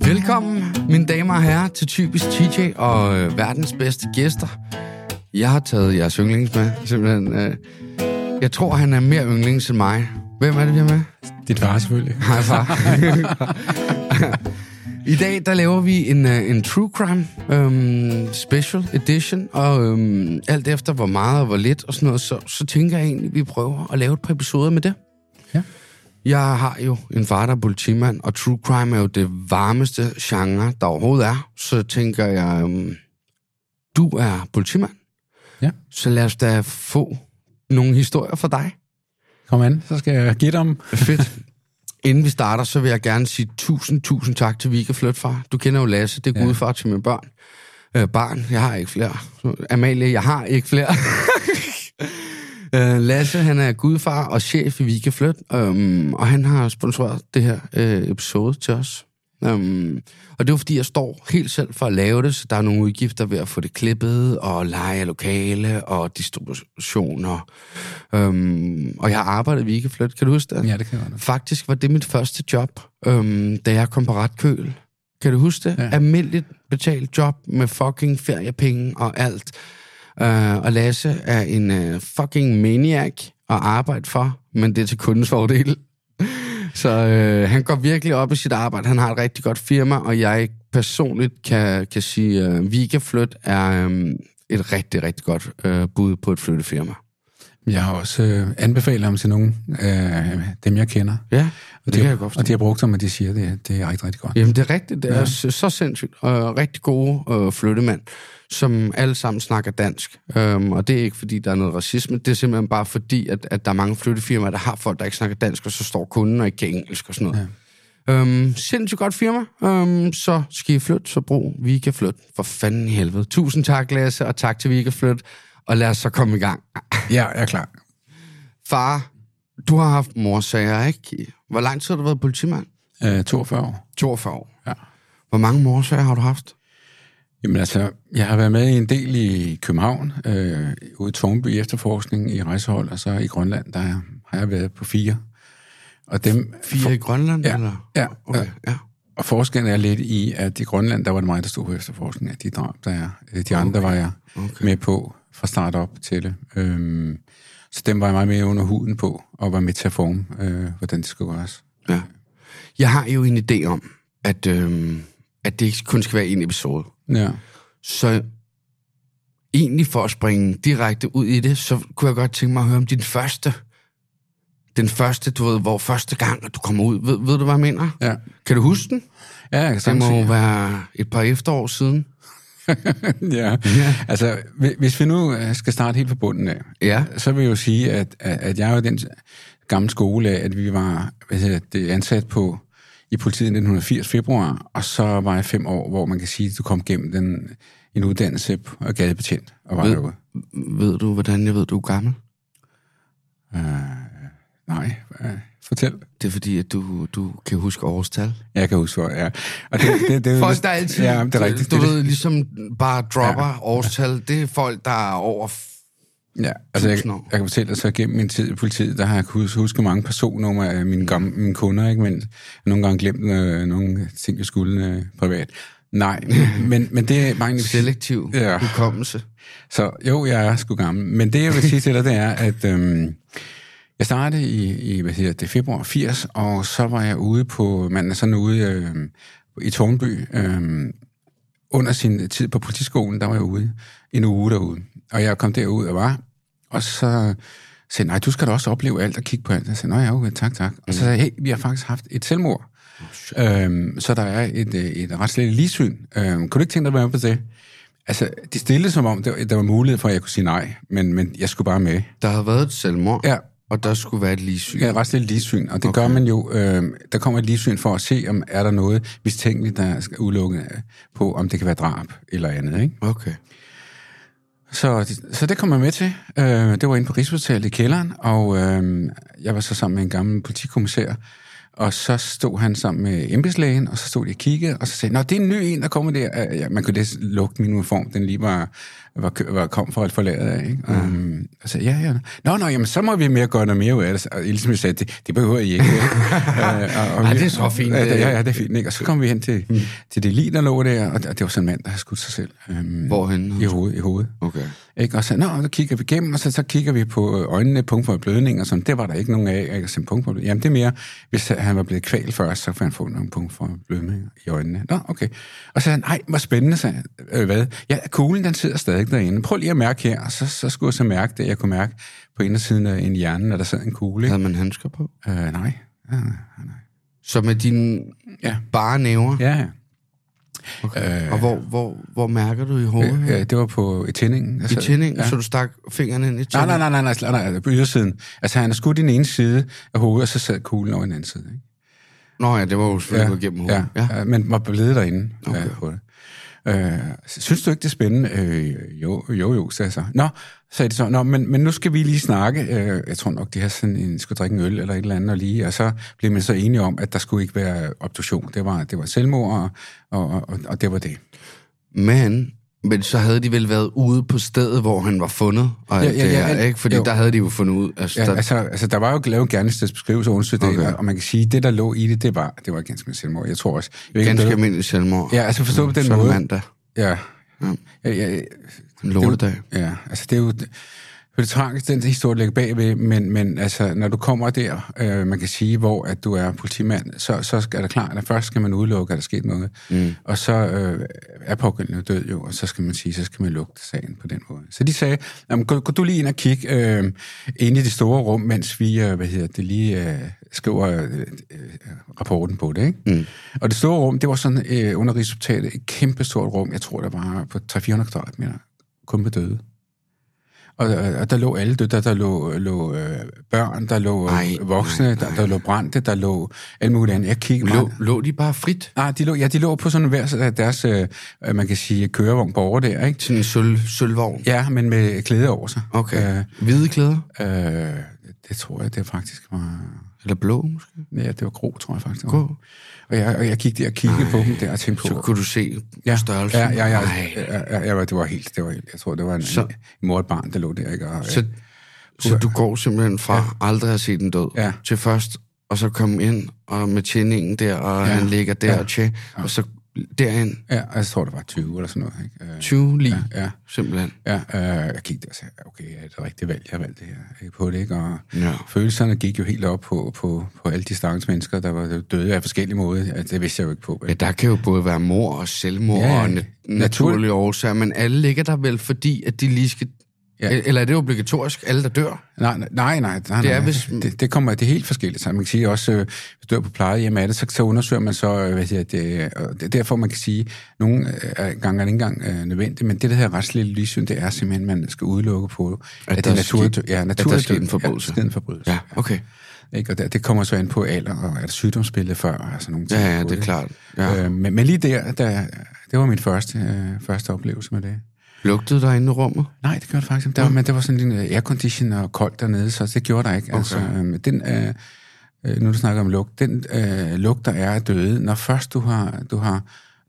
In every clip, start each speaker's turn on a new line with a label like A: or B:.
A: Velkommen, mine damer og herrer, til Typisk TJ og øh, verdens bedste gæster. Jeg har taget jeres yndlings med, simpelthen. Øh, jeg tror, han er mere yndlings end mig. Hvem er det, vi har med?
B: Dit far selvfølgelig.
A: Hej, far. I dag, der laver vi en, øh, en True Crime øhm, Special Edition, og øhm, alt efter hvor meget og hvor lidt og sådan noget, så, så tænker jeg egentlig, at vi prøver at lave et par episoder med det.
B: Ja.
A: Jeg har jo en far, der er politimand, og True Crime er jo det varmeste genre, der overhovedet er. Så tænker jeg, øhm, du er politimand,
B: Ja.
A: så lad os da få nogle historier fra dig.
B: Kom an, så skal jeg give dem.
A: Fedt. Inden vi starter, så vil jeg gerne sige tusind, tusind tak til Vika Flytfar. Du kender jo Lasse, det er
B: Ja.
A: gudfar til mine børn. Øh, barn, jeg har ikke flere. Amalie, jeg har ikke flere. øh, Lasse, han er gudfar og chef i Vika Flyt, øhm, og han har sponsoreret det her øh, episode til os. Øhm, og det er jo fordi, jeg står helt selv for at lave det, så der er nogle udgifter ved at få det klippet, og lege af lokale, og distributioner. Øhm, og jeg har arbejdet i Vika Flyt, kan du huske det?
B: Ja, det kan jeg godt.
A: Faktisk var det mit første job, øhm, da jeg kom på retkøl. Kan du huske det? Ja.
B: Ja.
A: Almindeligt betalt job med fucking feriepenge og alt. Øh, og Lasse er en øh, fucking maniac at arbejde for, men det er til kundens fordel. Så øh, han går virkelig op i sit arbejde. Han har et rigtig godt firma, og jeg personligt kan, kan sige, at øh, Vika Flyt er øh, et rigtig, rigtig godt øh, bud på et flyttefirma.
B: Jeg har også øh, anbefalet dem til nogen, øh, dem jeg kender.
A: Ja,
B: Og
A: det
B: de,
A: kan
B: har-
A: jeg godt forstå.
B: Og de har brugt dem, og de siger, det, det er rigtig, rigtig godt.
A: Jamen, det er rigtigt. Det er
B: Ja.
A: ja. så sindssygt. Og rigtig gode øh, flyttemænd, som alle sammen snakker dansk. Øhm, og det er ikke, fordi der er noget racisme. Det er simpelthen bare fordi, at, at der er mange flyttefirmaer, der har folk, der ikke snakker dansk, og så står kunden og ikke kan engelsk og sådan noget. Ja. Øhm, sindssygt godt firma. Øhm, så skal I flytte, så brug Vika Flyt. For fanden i helvede. Tusind tak, Lasse, og tak til Vika Flyt. Og lad os så komme i gang.
B: Ja, jeg er klar.
A: Far, du har haft morsager, ikke? Hvor lang tid har du været politimand?
B: Øh, 42 år.
A: 42 år.
B: Ja.
A: Hvor mange morsager har du haft?
B: Jamen altså, jeg har været med i en del i København, øh, ude i Tornby efterforskning i rejsehold, og så i Grønland, der har jeg været på fire. Og dem,
A: Fire i Grønland,
B: Ja.
A: eller?
B: Ja,
A: Okay,
B: ja.
A: ja.
B: Og forskellen er lidt i, at i Grønland, der var det mig, der stod på efterforskningen af de drab, der er. Øh, De andre var jeg
A: Okay.
B: med på fra start op til det. Øhm, så dem var jeg meget mere under huden på, og var med til at forme, øh, hvordan det skulle gøres.
A: ja. Jeg har jo en idé om, at, øhm, at det ikke kun skal være en episode.
B: Ja,
A: Så egentlig for at springe direkte ud i det, så kunne jeg godt tænke mig at høre om din første. Den første, du ved, hvor første gang, at du kommer ud. Ved, ved du, hvad jeg mener?
B: ja.
A: Kan du huske den?
B: ja jeg kan
A: Det
B: sagtens
A: må jo
B: sige.
A: være et par efterår siden.
B: ja.
A: Ja.
B: Altså, hvi- hvis vi nu øh, skal starte helt fra bunden af,
A: Ja.
B: så vil jeg jo sige, at, at, at jeg er jo den gamle skole af, at vi var hvad hedder det, ansat på i politiet i 1980 februar, og så var jeg fem år, hvor man kan sige, at du kom gennem den, en uddannelse og gadebetjent og var
A: Ved-
B: derude.
A: Ved du, hvordan jeg ved, du er gammel?
B: Øh, nej, øh, fortæl.
A: Det er fordi, at du, du kan huske årstal.
B: Jeg kan huske, hvor ja. Og det, det, det, det,
A: Folk, der altid,
B: Ja, det er rigtigt.
A: du
B: det,
A: ved, ligesom bare dropper ja. årstal, det er folk, der er over... F-
B: Ja, altså jeg,
A: Tusind
B: jeg
A: år.
B: kan fortælle dig så gennem min tid i politiet, der har jeg kunnet huske mange personnummer af mine,
A: Mm.
B: gamle, mine kunder, ikke? men jeg har nogle gange glemt øh, nogle ting, jeg skulle øh, privat. Nej, men, men det er mange...
A: selektiv ja.
B: Ja.
A: hukommelse.
B: Så jo, jeg er sgu gammel. Men det, jeg vil sige til dig, det er, at øhm, jeg startede i, i hvad hedder det, februar 80, og så var jeg ude på, man er sådan ude øhm, i Tornby, øhm, under sin tid på politiskolen, der var jeg ude en uge derude. Og jeg kom derud og var, og så sagde nej, du skal da også opleve alt og kigge på alt. Jeg sagde, nej, ja, okay, tak, tak. Og så sagde jeg, hey, vi har faktisk haft et selvmord. Øhm, så der er et, øh, et retsligt ligesyn. Øhm, kunne du ikke tænke dig at være med på det? Altså, det stillede som om, der, der var mulighed for, at jeg kunne sige nej, men, men jeg skulle bare med.
A: Der har været et selvmord, ja.
B: Ja,
A: og der skulle være et ligesyn.
B: Ja, retsligt ligesyn, og det okay. gør man jo. Øh, der kommer et ligesyn for at se, om er der noget mistænkeligt, der skal udelukke øh, på, om det kan være drab eller andet. Ikke?
A: Okay.
B: Så, så det kom jeg med til. Øh, det var inde på Rigshospitalet i kælderen, og øh, jeg var så sammen med en gammel politikommissær, Og så stod han sammen med embedslægen, og så stod de og kiggede, og så sagde Nå, det er en ny en, der kommer der. Øh, Ja, man kunne det lugte min uniform, den lige var, var, kø- var kom for at forlade af. Ikke? Og, mm. og så ja, ja. Nå, nå, jamen, så må vi mere gøre noget mere ud af det. Og ligesom jeg sagde, det, det behøver I ikke. vel?" øh, og, og,
A: Ej, det er så fint. øh.
B: Ja, det- ja, ja, det er fint. Ikke? Og så kom vi hen til, mm. til det lige, der lå der, og, og det var sådan en mand, der havde skudt sig selv. Øhm,
A: Hvorhenne?
B: I hovedet. I hovedet.
A: Okay.
B: Ikke? Og så, nå, så kigger vi igennem, og så, så kigger vi på øh, øjnene, punkt for blødning, og sådan, det var der ikke nogen af, ikke? Som punkt for blødning. Jamen, det er mere, hvis han var blevet kvalt først, så kunne han få nogle punkt for blødning i øjnene. Nå, okay. Og så sagde han, nej, hvor spændende, sagde han. Øh, hvad? Ja, kuglen, den sidder stadig derinde. Prøv lige at mærke her. Og så, så skulle jeg så mærke det, jeg kunne mærke på indersiden af en hjerne, at der sad en kugle. Ikke?
A: Havde man handsker på?
B: Øh, nej. Ja, nej.
A: Så med dine
B: Ja.
A: bare næver?
B: Ja, Øh. ja.
A: Okay. og hvor, hvor, hvor mærker du i hovedet?
B: Øh, det var på i tændingen.
A: I tændingen, ja. så du stak fingrene ind i
B: Nej, nej,
A: tændingen?
B: nej, nej, nej, nej, nej, på ydersiden. Altså, han har skudt i den ene side af hovedet, og så sad kuglen over i den anden side. Ikke?
A: Nå ja, det var jo selvfølgelig ja. gennem
B: ja,
A: hovedet.
B: ja. ja, men var blevet derinde okay. øh, på det. Øh, synes du ikke, det er spændende? Øh, jo, jo, jo, sagde jeg så. Nå, sagde de så. Nå, men, men nu skal vi lige snakke. Øh, jeg tror nok, de har sådan en, skulle drikke en øl eller et eller andet og lige. Og så blev man så enige om, at der skulle ikke være obduktion. Det var, det var selvmord, og, og, og, og det var det.
A: Men, men så havde de vel været ude på stedet, hvor han var fundet, og ja, ja, ja, det her,
B: alt-
A: ikke? Fordi
B: jo.
A: jo. der havde de jo fundet ud. Altså, ja,
B: Ja,
A: der,
B: altså, altså, der var jo lavet en gerningsstedsbeskrivelse og undersøgt det,
A: Okay.
B: og- og man kan sige, at det, der lå i det, det var, det var ganske almindelig selvmord. Jeg tror også... Jeg ved ikke, om
A: ganske
B: det-
A: almindelig selvmord.
B: Ja, altså forstå på den
A: Sådan
B: måde.
A: mandag.
B: Ja.
A: Ja.
B: Ja, ja,
A: En lortedag.
B: ja, altså det er jo... Det er tragisk, den historie, der ligger bagved, men, men altså, når du kommer der, øh, man kan sige, hvor at du er politimand, så, så skal- er det klart, at først skal man udelukke, at der er sket noget, mm. og så øh, er pågældende jo død jo, og så skal man sige, så skal man lukke sagen på den måde. Så de sagde, jamen, gå, gå du lige ind og kig øh, ind i det store rum, mens vi, øh, hvad hedder det, lige øh, skriver øh, øh, rapporten på det, ikke? Mm. Og det store rum, det var sådan øh, under resultatet et kæmpestort rum, jeg tror, der var på 300-400 kvadratmeter, kun med døde. Og, og der lå alle døtre, der lå, lå øh, børn, der lå øh,
A: Ej,
B: voksne, Der, der lå brændte, der lå alt muligt andet. Jeg kiggede
A: Lå,
B: meget-
A: lå de bare frit
B: Nej, de lå, ja, de lå på sådan hver af deres, øh, øh, man kan sige, kørevogn borger der, ikke?
A: til en sølv, sølvvogn?
B: Ja, men med klæder over sig.
A: Okay. Hvide klæder?
B: Øh, øh, det tror jeg, det faktisk var...
A: Eller blå måske?
B: Ja, det var grå, tror jeg faktisk. det
A: Grå?
B: Var. Og, jeg, og jeg gik der og kiggede Ej, på dem der og tænkte på...
A: Så kunne du se
B: ja,
A: størrelsen?
B: Ja, ja, ja,
A: Ej.
B: ja, ja, ja, ja, det var helt, det var helt, jeg tror, det var en,
A: Så-
B: en mor og et barn, der lå der, ikke? Og,
A: Så, så du går simpelthen fra ja. aldrig at se den død
B: Ja.
A: til først, og så komme ind og med tjeningen der, og ja. han ligger der ja. og tje, og så derind.
B: ja, og jeg tror, det var 20 eller sådan noget, ikke? Øh,
A: 20 lige, ja.
B: Ja,
A: simpelthen.
B: ja øh, jeg kiggede og sagde, okay, er det det rigtige valg, jeg har valgt det her ikke, på det, ikke? Og
A: Ja.
B: følelserne gik jo helt op på, på, på alle de stakkels mennesker, der var døde af forskellige måder. Ja, det vidste jeg jo ikke på.
A: Ja,
B: Ikke?
A: der kan jo både være mor og selvmord
B: Ja,
A: ja,
B: ja.
A: og na- naturlige årsager, men alle ligger der vel, fordi at de lige skal...
B: Ja.
A: Ja. Eller er det obligatorisk, alle der dør?
B: Nej, nej, nej, nej. nej
A: Det er,
B: nej.
A: hvis-
B: det, det kommer det er helt forskelligt. Så man kan sige også, øh, hvis du dør på plejehjem af det, så, så undersøger man så, øh, hvad siger det, og det er derfor man kan sige, nogle øh, er- gange er det ikke engang øh, nødvendigt, men det der hedder retslige livssyn, det er simpelthen, man skal udelukke på, at,
A: der
B: det
A: er
B: er naturligt,
A: sket-
B: ja,
A: at der er
B: naturligt,
A: sket en
B: død.
A: forbrydelse.
B: Ja, sket en forbrydelse.
A: Ja, okay.
B: Ikke? Og det, det kommer så ind på alder, og er der sygdomsbillede før, og altså nogle ting.
A: Ja, ja,
B: på
A: det er klart. Ja.
B: Ja. Øh, men, men lige der, der, det var min første, øh, første oplevelse med det.
A: Lugtede der inde i rummet?
B: Nej, det gjorde det faktisk. ikke. Der, var, men der var sådan en lille aircondition og koldt dernede, så det gjorde der ikke. Okay. Altså, øhm, den, øh, øh, nu du snakker om lugt, den øh, lugt, der er af døde, når først du har, du har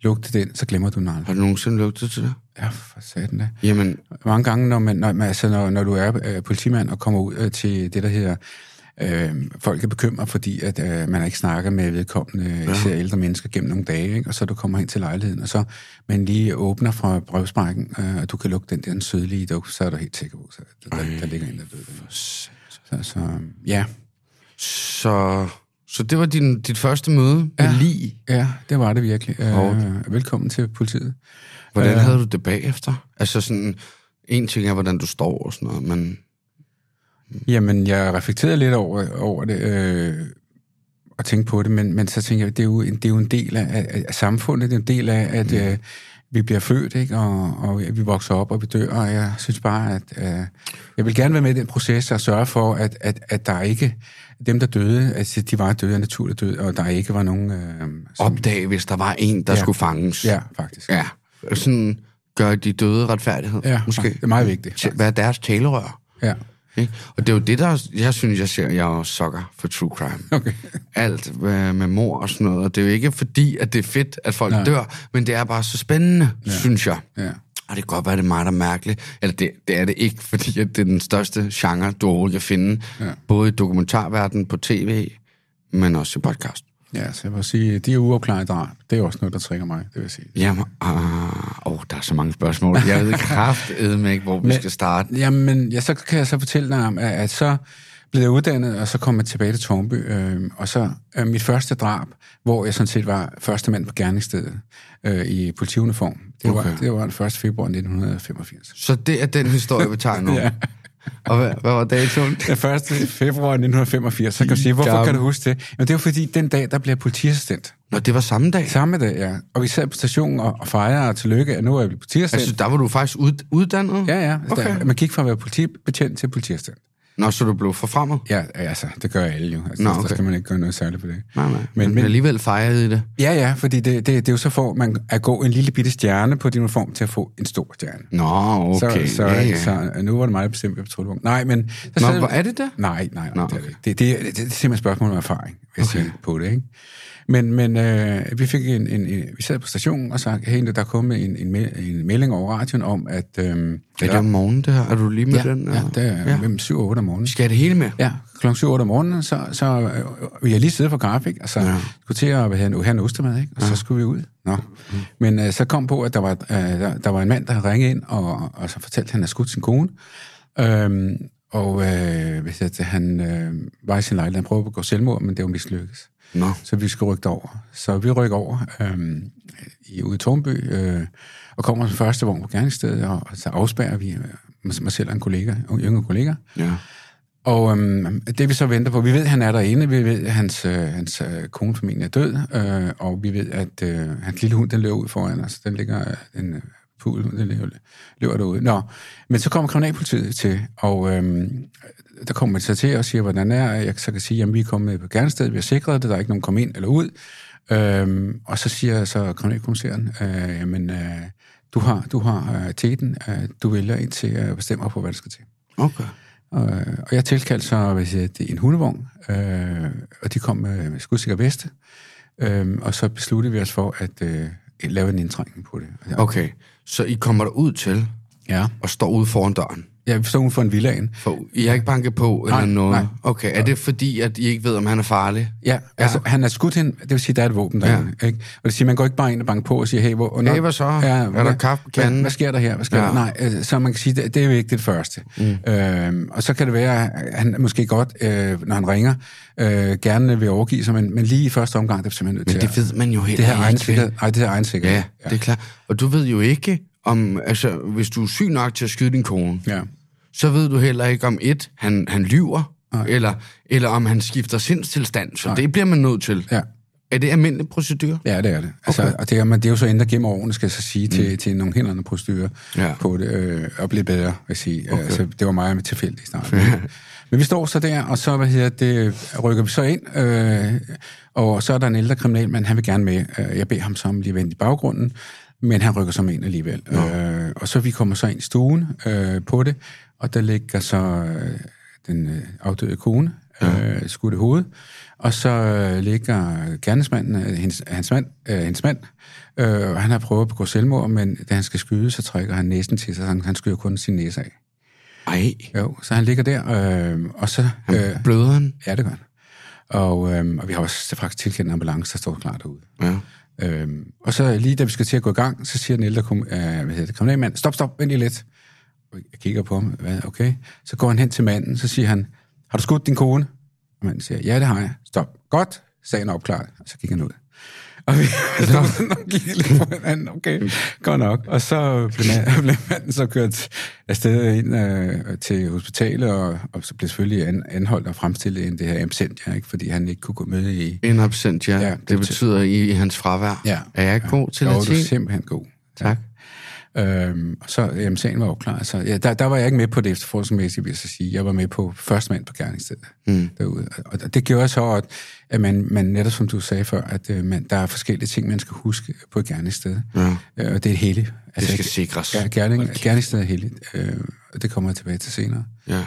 B: lugtet den, så glemmer du den aldrig.
A: Har du nogensinde lugtet til det?
B: Ja, for satan da.
A: Jamen,
B: Mange gange, når, man, når, man- altså, når, når du er øh, politimand og kommer ud øh, til det, der hedder... Øh, folk er bekymret, fordi at, øh, man har ikke snakket med vedkommende, ja. især ældre mennesker, gennem nogle dage, ikke? og så du kommer hen til lejligheden, og så man lige åbner fra brevsprækken, øh, og du kan lukke den der den sødlige duft, så er du helt sikker på, så der, der, der ligger en, der døde. Så, så, ja.
A: så... Så det var din, dit første møde ja. med lige.
B: ja, det var det virkelig.
A: Hårdt.
B: Øh, velkommen til politiet.
A: Hvordan havde du det bagefter? Altså sådan, en ting er, hvordan du står og sådan noget, men
B: Jamen, jeg reflekterede lidt over, over det, øh, og tænkte på det, men, men så tænkte jeg, det er jo en, det er jo en del af, af, af samfundet, det er en del af, at øh, vi bliver født, ikke? Og, og vi vokser op, og vi dør, og jeg synes bare, at øh, jeg vil gerne være med i den proces og sørge for, at, at, at der ikke, dem der døde, altså de var døde af naturlig død, og der ikke var nogen... Øh, som,
A: opdag, hvis der var en, der ja. skulle fanges.
B: ja, faktisk.
A: ja. Sådan gør de døde retfærdighed,
B: ja
A: måske.
B: Det er meget vigtigt.
A: Hvad er deres talerør?
B: Ja.
A: Ikke? Og det er jo det, der, jeg synes, jeg ser, jeg er jo sokker for true crime.
B: Okay.
A: Alt øh, med mor og sådan noget, og det er jo ikke fordi, at det er fedt, at folk
B: Nej.
A: Nej. dør, men det er bare så spændende, ja. synes jeg.
B: Ja.
A: Og det kan godt være, det er meget, der er mærkeligt. Eller det, det er det ikke, fordi at det er den største genre, du overhovedet kan finde.
B: Ja.
A: Ja. Både i dokumentarverdenen på tv, men også i podcast.
B: Ja, så jeg vil sige, de er uopklarede drab. Det er også noget, der trigger mig, det vil jeg sige.
A: Jamen, ah, åh, der er så mange spørgsmål. Jeg ved kraftedeme ikke, hvor vi skal starte.
B: Jamen, ja, så kan jeg så fortælle dig om, at, at så blev jeg uddannet, og så kom jeg tilbage til Tornby. Øh, og så øh, mit første drab, hvor jeg sådan set var første mand på gerningsstedet øh, i politiuniform. Det var, okay. det var den 1. februar 1985.
A: Så det er den historie, vi tager nu. ja. Og hvad, hvad var datoen?
B: Den 1. februar 1985, så kan du sige, hvorfor
A: Gammel.
B: kan du huske det? Jamen, det var fordi, den dag, der blev jeg politiassistent.
A: Nå, det var samme dag.
B: Samme dag, ja. Og vi sad på stationen og, og fejrede, og tillykke, at nu er jeg blevet politiassistent.
A: Altså, der var du faktisk ud, uddannet?
B: Ja, ja. Altså, okay.
A: Okay.
B: der, man gik fra at være politibetjent til politiassistent.
A: Nå, så du blev forfremmet?
B: Ja, altså, det gør alle jo. Altså,
A: Nå,
B: Nå, okay. Der
A: okay.
B: skal man ikke gøre noget særligt på det.
A: Nej, nej.
B: Men-
A: Men,
B: men-
A: men alligevel fejrede I det.
B: Ja, ja, fordi det, det, det er jo så for, man at gå en lille bitte stjerne på din uniform til at få en stor stjerne.
A: Nå, okay.
B: så, så,
A: ja, ja.
B: så øh, nu var det mig bestemt, jeg patrulvevogn. Nej, men... Så
A: Nå,
B: sad-
A: hvor er det der?
B: Nej, nej, nej,
A: Nå,
B: det, er det,
A: okay.
B: ikke. det, det, er- det, det er simpelthen et spørgsmål om erfaring, vil jeg okay. sige på det, ikke? Men, men øh, vi fik en, en, en, vi sad på stationen og sagde, hey, der er kommet en, en, me- en melding over radioen om, at... Øh, ja,
A: Er det om morgenen, det her? Er du lige med den?
B: ja,
A: eller?
B: der er
A: Ja.
B: mellem 7 og 8 om morgenen.
A: Skal jeg det hele med?
B: Ja, klokken 7 om morgenen, så, så øh, vi har lige siddet på grafik, og så ja. Altså, skulle til at hvad hedder det, have en ostemad, ikke? og så skulle vi ud. Nå. Mm. Men øh, så kom på, at der var, øh, der, der var en mand, der havde ringet ind, og, og så fortalte, at han havde skudt sin kone. Øhm, og øh, hvis jeg, han øh, var i sin lejlighed, han prøvede at begå selvmord, men det var mislykkes.
A: Nå.
B: Så vi skal rykke derover. Så vi rykker over øhm, i, ude i Tornby, øh, og kommer den første vogn på gerningsstedet, og, og så afspærrer vi øh, mig mig selv og en kollega, en yngre kollega.
A: Ja.
B: Og øhm, det vi så venter på, vi ved, at han er derinde, vi ved, at hans, øh, hans øh, kone formentlig er død, øh, og vi ved, at øh, hans lille hund, den løber ud foran os, den ligger, øh, en øh, pudel, den løber, løber derude. Nå, men så kommer kriminalpolitiet til, og øhm, der kommer man så til og siger, hvordan er jeg, så kan sige, at vi er kommet på gerningsstedet, vi har sikret det, der er ikke nogen kom ind eller ud. Øhm, og så siger så kriminalkommissæren, øh, jamen, øh, du har, du har øh, teten, øh, du vælger ind til at bestemme på, hvad der skal til.
A: Okay.
B: Og, Øh, og jeg tilkaldte så hvad siger, det, en hundevogn, øh, og de kom med, med skudsikker veste, øh, og så besluttede vi os for at øh, lave en indtrængning på det. Altså, Ja.
A: Okay, så I kommer der ud til
B: Ja.
A: og står ude foran døren.
B: ja, vi stod uden for en villaen.
A: For I har ikke banket på eller
B: Nej,
A: noget?
B: nej.
A: Okay, er det fordi, at I ikke ved, om han er farlig?
B: Ja, altså han er skudt hen, det vil sige, der er et våben derinde. Ja. Ikke? Og det vil sige, man går ikke bare ind og banker på og siger, hey, hvor, og
A: Hey, hvad så? Er der kaffe på
B: hvad,
A: kanden?
B: hvad sker der her? Hvad sker ja.
A: Ja.
B: der? Nej, altså, så man kan sige, det, det er jo ikke det første. Mm. Øhm, og så kan det være, at han måske godt, øh, når han ringer, øh, gerne vil overgive sig, men, men lige i første omgang, det er simpelthen nødt til
A: Men det ved man jo helt
B: Det her egen
A: ikke.
B: sikkerhed. Nej, det her egen sikkerhed.
A: Ja, det er klart. Og du ved jo ikke, om, altså, hvis du er syg nok til at skyde din kone,
B: ja.
A: så ved du heller ikke, om et, han, han lyver, eller, eller om han skifter sindstilstand. Så det bliver man nødt til.
B: Ja.
A: Er det almindelig procedur?
B: ja, det er det. Altså, okay. Og det er, men det er jo så ændret gennem årene, skal jeg så sige, til, til nogle helt andre procedurer ja.
A: Ja.
B: på det, øh, og blive bedre, vil jeg sige. Okay. Altså, det var meget tilfældigt i starten. men vi står så der, og så hvad hedder det, rykker vi så ind, øh, og så er der en ældre kriminalmand, han vil gerne med. Øh, Jeg beder ham så om lige at vente i baggrunden, men han rykker så med ind alligevel. Øh, og så vi kommer så ind i stuen øh, på det, og der ligger så øh, den øh, afdøde kone, øh, skudt i hovedet, og så øh, ligger gerningsmanden, øh, hendes, hans mand, øh, hendes mand øh, og han har prøvet at begå selvmord, men da han skal skyde, så trækker han næsen til sig, så han, han skyder kun sin næse af.
A: Nej.
B: Jo, så han ligger der, øh, og så... Øh,
A: Bløder han?
B: ja, det gør han. Og, øh, og vi har også faktisk tilkendt en ambulance, der står klar derude.
A: Ja.
B: Øhm, og så lige da vi skal til at gå i gang, så siger den ældre kom, øh, hvad hedder det, kriminalmand, stop, stop, vent lige lidt. Og Jeg kigger på ham, hvad, okay. Så går han hen til manden, så siger han, har du skudt din kone? Og manden siger, ja, det har jeg. Stop. Godt, sagen er opklaret. Og så gik han ud. Og vi stod og kiggede lidt på hinanden, okay, godt nok. Og så blev, man, blev manden så kørt afsted ind øh, til hospitalet, og, og så blev selvfølgelig an, anholdt og fremstillet ind det her absentia, ikke, fordi han ikke kunne gå med i
A: En absent, ja.
B: Ja,
A: ja
B: det
A: det, det betyder i, i hans fravær.
B: Ja.
A: Er jeg god til
B: Jo, du er
A: latin?
B: simpelthen god.
A: Tak.
B: Øhm, og så, jamen, sagen var opklaret. Så, ja, der, der var jeg ikke med på det efterforskningsmæssige, vil jeg så sige. Jeg var med på første mand på gerningsstedet
A: Hmm.
B: mm. derude. Og og det gjorde så, at, at man, man, netop som du sagde før, at øh, man, der er forskellige ting, man skal huske på et gerningssted. Ja. Øh, og det er et heldigt.
A: Det skal sikres.
B: Ja, gerning, gerningsstedet er heldigt. Øh, og det kommer jeg tilbage til senere.
A: Ja.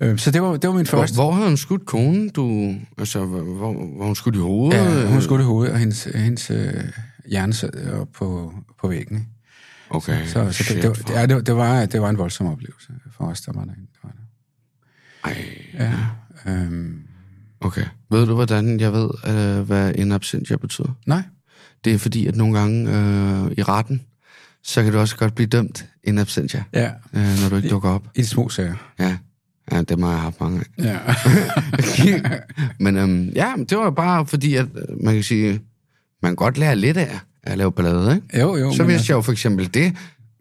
B: Øh, så det var, det var min
A: Hvor,
B: første.
A: hvor havde hun skudt konen? Du, altså, hvor, hvor, hvor hun skudt i hovedet?
B: Ja, hun skudt i hovedet, og hendes, hendes øh, hjerne sad jo på, på væggen. ikke?
A: Okay,
B: Så, så det, det, var- ja, det, det, var, det var en voldsom oplevelse for os, der var derinde. Det var det.
A: Ej,
B: Ja. Øhm,
A: okay. Ved du, hvordan jeg ved, øh, hvad en absentia betyder?
B: nej.
A: Det er fordi, at nogle gange øh, i retten, så kan du også godt blive dømt en absentia,
B: Ja.
A: øh, når du ikke dukker op.
B: I de små sager.
A: Ja, ja det har jeg haft mange af.
B: Ja.
A: Men øhm, ja, men det var jo bare fordi, at øh, man kan sige, man kan godt lære lidt af at lave ballade, ikke? Så
B: jo, jo. men altså-
A: vidste jeg jo for eksempel det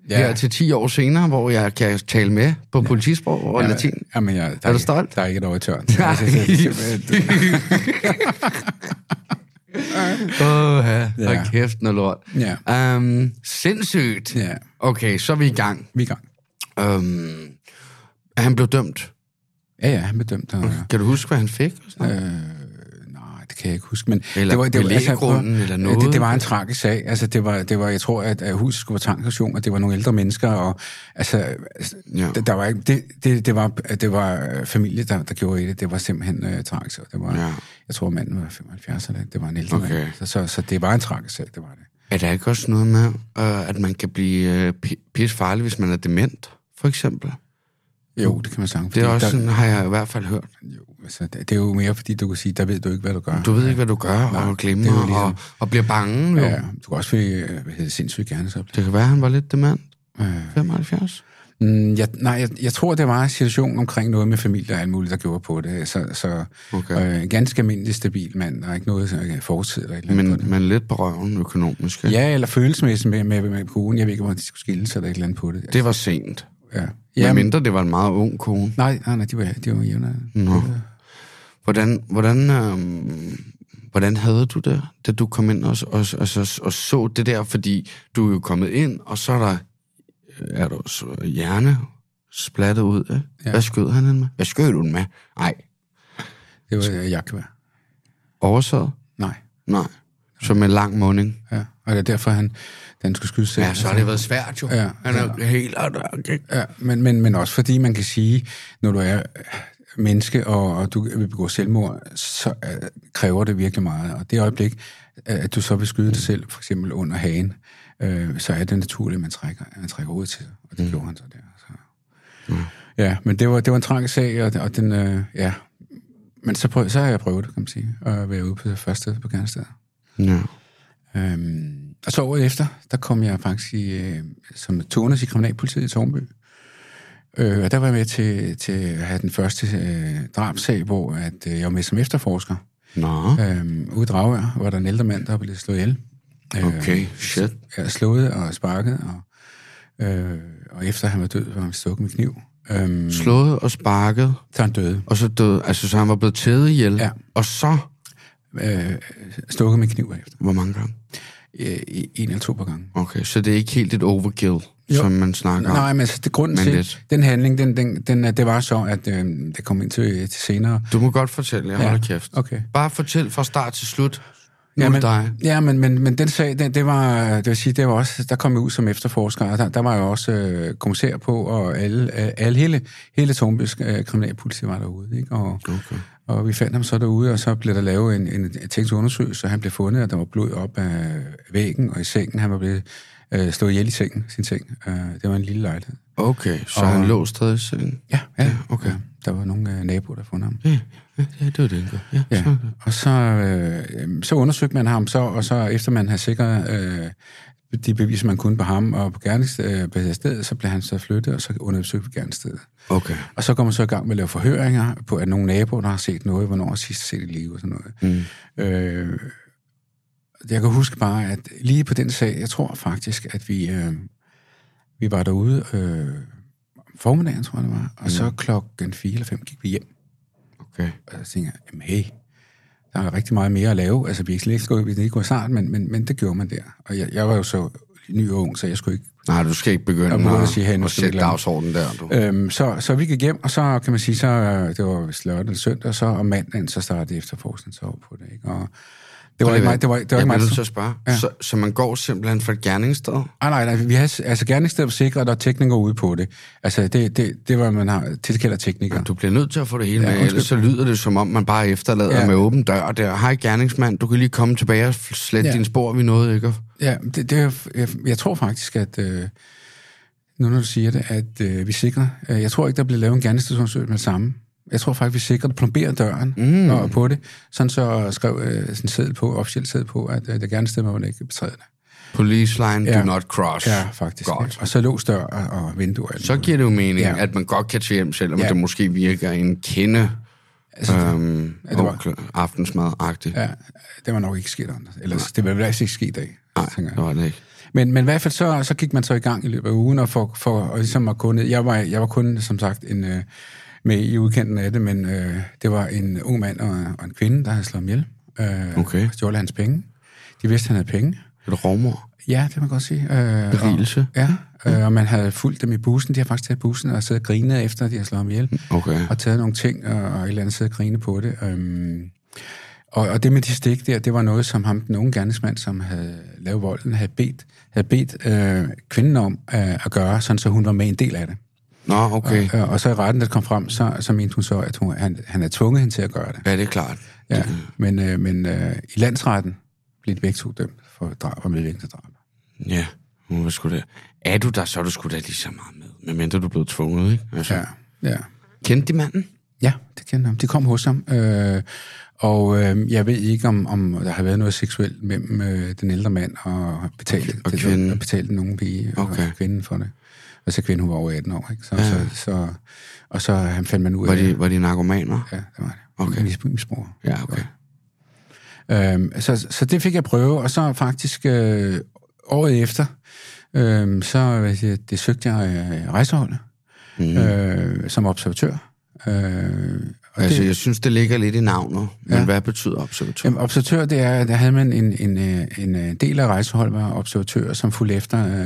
A: ja.
B: Ja.
A: her til 10 år senere, hvor jeg kan tale med på politisprog og
B: altså-
A: latin.
B: Jamen, jeg, der
A: Er du
B: ikke-
A: stolt?
B: Der er ikke et øje tørt.
A: Nej.
B: Altså, det er simpelthen-
A: Åh, ja.
B: Ja.
A: Hold kæft, noget lort.
B: Ja.
A: Um, sindssygt.
B: Ja,
A: Okay, så er vi i gang.
B: vi er i gang.
A: Um, han blev dømt.
B: Ja, ja, han blev dømt. Og,
A: Kan du huske, hvad han fik? og sådan noget?
B: øh, nej, det kan jeg ikke huske. Men
A: Eller
B: det var, det var,
A: belæggrunden eller noget.
B: Det, det, var en tragisk sag. Altså, det var, det var, jeg tror, at, at huset skulle på tankstation, og det var nogle ældre mennesker, og altså,
A: Ja.
B: ja. der, der var ikke, det, det, det, var, det var øh, familie, der, der gjorde i det. Det var simpelthen øh, tragisk. og Det var,
A: Ja.
B: ja. Jeg tror, manden var 75 eller det var en ældre
A: Okay.
B: mand. Så, så, så, det var en tragisk sag, det var det.
A: Er der ikke også noget med, øh, at man kan blive øh, pi- pisse farlig, hvis man er dement, for eksempel?
B: Jo, det kan man sige.
A: Det er
B: fordi
A: også
B: der,
A: sådan, har jeg i hvert fald hørt.
B: jo, altså, det, det er jo mere, fordi du kan sige, der ved du ikke, hvad du gør.
A: Du ved ikke, hvad du gør,
B: Nej,
A: og glemmer,
B: det er jo
A: ligesom... og,
B: ligesom-
A: og bliver bange. Jo.
B: Ja,
A: Ja.
B: du kan også blive øh, hvad hedder det, sindssygt gerne så.
A: Det kan være, han var lidt dement.
B: Øh,
A: 75?
B: Mm, jeg, nej, jeg, jeg tror, det var en situation omkring noget med familie og alt muligt, der gjorde på det. Så, så
A: Okay.
B: okay. øh, en ganske almindelig stabil mand, der er ikke noget øh, fortid eller et eller andet på
A: Men,
B: det.
A: men lidt på røven økonomisk. ikke?
B: Ja, eller følelsesmæssigt med, med, med konen. Jeg ved ikke, om de skulle skilles eller et eller andet på det.
A: Det var sent.
B: ja.
A: Ja,
B: Jamen,
A: mindre Mm. det var en meget ung kone.
B: nej, nej, nej, de var, de var jævne.
A: Nå. Hvordan, hvordan, øhm, hvordan havde du det, da du kom ind og, og, og, og, og så det der? Fordi du er jo kommet ind, og så er der øh, er du så hjerne splattet ud. Ikke? Ja.
B: Ja.
A: Hvad skød han hende med? Hvad skød du den med? Nej.
B: Det var øh, Jakva.
A: Oversat?
B: Nej.
A: Nej. Så med lang munding.
B: Ja. Og det er derfor, han, da han skulle skydes selv.
A: Ja, så har det været svært jo.
B: Ja,
A: Han er ja. helt andet, ikke?
B: Ja, men, men, men også fordi man kan sige, når du er øh, menneske, og, og du vil begå selvmord, så øh, kræver det virkelig meget. Og det øjeblik, øh, at du så vil skyde dig selv, for eksempel under hagen, øh, så er det naturligt, at man trækker, at man trækker hovedet til sig. Og det gjorde han så der. Så. Ja, men det var, det var en tragisk sag, og, og den, øh, ja. Men så, prøv, så har jeg prøvet, kan man sige, at være ude på det første på gerningsstedet.
A: Ja.
B: Øhm, og så året efter, der kom jeg faktisk i, øh, som turnes i Kriminalpolitiet i Tornby. Øh, og der var jeg med til, til at have den første øh, drabsag, hvor at, øh, jeg var med som efterforsker.
A: Nå,
B: Øhm, ude i Dragør var der en ældre mand, der blev slået ihjel. Øh,
A: okay, shit.
B: Ja, slået og sparket, og, øh, og efter han var død, var han stukket med kniv. Øhm,
A: Slået og sparket,
B: så han døde.
A: og så døde, altså så han var blevet tædet ihjel.
B: Ja.
A: Og så,
B: Øh, stukket med kniv efter.
A: hvor mange gange?
B: Øh, i- en eller to par gange.
A: Okay, så det er ikke helt et overkill, jo.
B: Jo.
A: som man snakker om.
B: Nej, men altså, det grunden
A: Men
B: til,
A: lidt. den
B: den handling, den, den, den, øh, det var så, at øh, det kom ind til, til senere.
A: Du må godt fortælle, jeg
B: Ja,
A: holder kæft.
B: okay.
A: Bare fortæl fra start til slut. Nu ja,
B: Ja,
A: men...
B: men,
A: dig.
B: ja, men, men, men den sag, det, det var, det vil sige, det var også, der kom jeg ud som efterforsker, og der, der var jeg også øh, kommissær på, og alle, øh, alle hele, hele Tornbys øh, kriminalpoliti var derude, ikke? Og,
A: Okay.
B: og vi fandt ham så derude, og så blev der lavet en, en teknisk undersøgelse, og han blev fundet, og der var blod op af væggen og i sengen. Han var blevet øh, slået ihjel i sengen, sin seng. Øh, det var en lille lejlighed.
A: Okay, så og...
B: Og-
A: han lå stadig i sengen.
B: Ja, ja,
A: okay.
B: okay. Der var nogle øh, naboer, der fundet ham.
A: Ja, ja, ja, det var det. Ja, ja.
B: Ja, og så, øh, øhm, så undersøgte man ham så, og så efter man havde sikret øh, de beviser, man kunne på ham og på gerningsstedet, øh, stedet, så blev han så flyttet, og så undersøgte vi gerningsstedet.
A: Okay.
B: Og så går man så i gang med at lave forhøringer på, at nogle naboer, der har set noget, hvornår er sidst set i live og sådan noget. Mm. Øh, jeg kan huske bare, at lige på den sag, jeg tror faktisk, at vi, øh, vi var derude øh, om formiddagen, tror jeg det var, og mm. så klokken 4 eller 5 gik vi hjem.
A: okay.
B: Og så tænker jeg, jamen hey, der er rigtig meget mere at lave. Altså, vi er slet ikke gået, vi er ikke gået snart, men, men, men det gjorde man der. Og jeg, jeg var jo så ny og ung, så jeg skulle ikke...
A: Nej, du skal ikke begynde
B: Jeg må
A: at,
B: hellere sige, hey, nu
A: at
B: skal vi
A: sætte
B: lade-
A: dagsordenen der, du.
B: Øhm, så, så vi gik hjem, og så kan man sige, så øh, det var vist lørdag eller søndag, så om mandagen, så startede efterforskningen så over på det, ikke? Og Det var ikke mig. Det var, det var
A: jeg
B: ikke mig.
A: bliver nødt til
B: der stod-
A: at spørge.
B: Ja.
A: Ja. Så, så man går simpelthen fra et gerningssted?
B: Ah, nej, nej, vi har altså gerningsstedet sikret, og der er teknikere ude på det. Altså, det, det, det var, man har tilkalder teknikere.
A: Du bliver nødt til at få det hele
B: Ja,
A: ja, med,
B: undskyld.
A: ellers så lyder det som om, man bare efterlader
B: Ja.
A: ja. med åben dør der. Hej gerningsmand, du kan lige komme tilbage og slette
B: Ja.
A: ja. dine spor, vi nåede ikke. at-
B: Ja, det, det, er- jeg, jeg tror faktisk, at øh, nu når du siger det, at øh, vi sikrer... Øh, jeg tror ikke, der bliver lavet en gerningsstedsundersøgelse med det samme. Jeg tror faktisk, vi sikrer, at plomberer døren mm. og på det. Sådan så skrev øh, sådan en seddel på, officiel seddel på, at øh, der gerne sted, man ikke betræder det.
A: Police line,
B: Ja.
A: ja. do not cross.
B: Ja, faktisk.
A: Godt.
B: Og så lås dør og, og vinduer. og alt
A: Så
B: muligt.
A: giver det jo mening,
B: Ja.
A: ja. at man godt kan til hjem, selvom
B: Ja.
A: ja. det måske virker en kende
B: Altså,
A: altså, øhm,
B: ja, det var-
A: aftensmad-agtigt. Ja.
B: Ja, det var nok ikke sket andre. Ellers, det ville altså ikke ske i dag. tænker jeg.
A: Nej, det var det ikke.
B: Men, men i hvert fald så, så gik man så i gang i løbet af ugen, og, for, for, og ligesom at gå ned. Jeg var, jeg var kun, som sagt, en, øh, med i udkanten af det, men øh, det var en ung mand og, og en kvinde, der havde slået ham ihjel. Øh,
A: Okay.
B: Og stjålet hans penge. De vidste, at han havde penge.
A: Et romor.
B: Ja, det kan man godt sige. Øh,
A: Berigelse.
B: Og, ja, øh, og man havde fulgt dem i bussen. De har faktisk taget bussen og siddet og grinet efter, at de har slået ham ihjel
A: Okay.
B: og taget nogle ting og, og et eller andet sidde og grine på det. Øhm, og, og det med de stik der, det var noget, som ham, den unge gerningsmand, som havde lavet volden, havde bedt, havde bedt øh, kvinden om øh, at gøre, sådan så hun var med en del af det.
A: Nå, okay.
B: Øh, og så i retten, der kom frem, så, så mente hun så, at hun, han, han havde tvunget hende til at gøre det.
A: Ja, det er klart.
B: Ja, men øh, men øh, i landsretten blev de begge to dømt for drab og medvirkende til drab.
A: Ja, nu er sgu da. Er du der, så er du sgu da lige så meget med. Medmindre du er blevet tvunget, ikke? Altså,
B: Ja,
A: ja.
B: ja.
A: Kendte de manden?
B: Ja, det kendte ham. De kom hos ham. Øh, og øh, jeg ved ikke, om, om der har været noget seksuelt mellem øh, den ældre mand og betalte,
A: Og kvinden.
B: og betalte nogen pige okay.
A: Okay.
B: og kvinden for det. Og så kvinden, hun var over 18 år, ikke? Så, ja. så, så, og så han fandt man ud
A: Var
B: af...
A: de, var de narkomaner?
B: Ja, det var det.
A: Okay.
B: Mis, misbruger.
A: Ja, okay.
B: Øhm, så, så det fik jeg prøve, og så faktisk øh, året efter, øh, så hvad siger, jeg, det søgte jeg øh, rejseholdet
A: Mhm.
B: mm. øh, som observatør. Øh, og
A: Altså, jeg synes, det ligger lidt i navnet. Men
B: Ja.
A: ja. hvad betyder observatør?
B: Jamen, observatør, det er, der havde man en, en, øh, en øh, del af rejseholdet var observatører, som fulgte efter øh,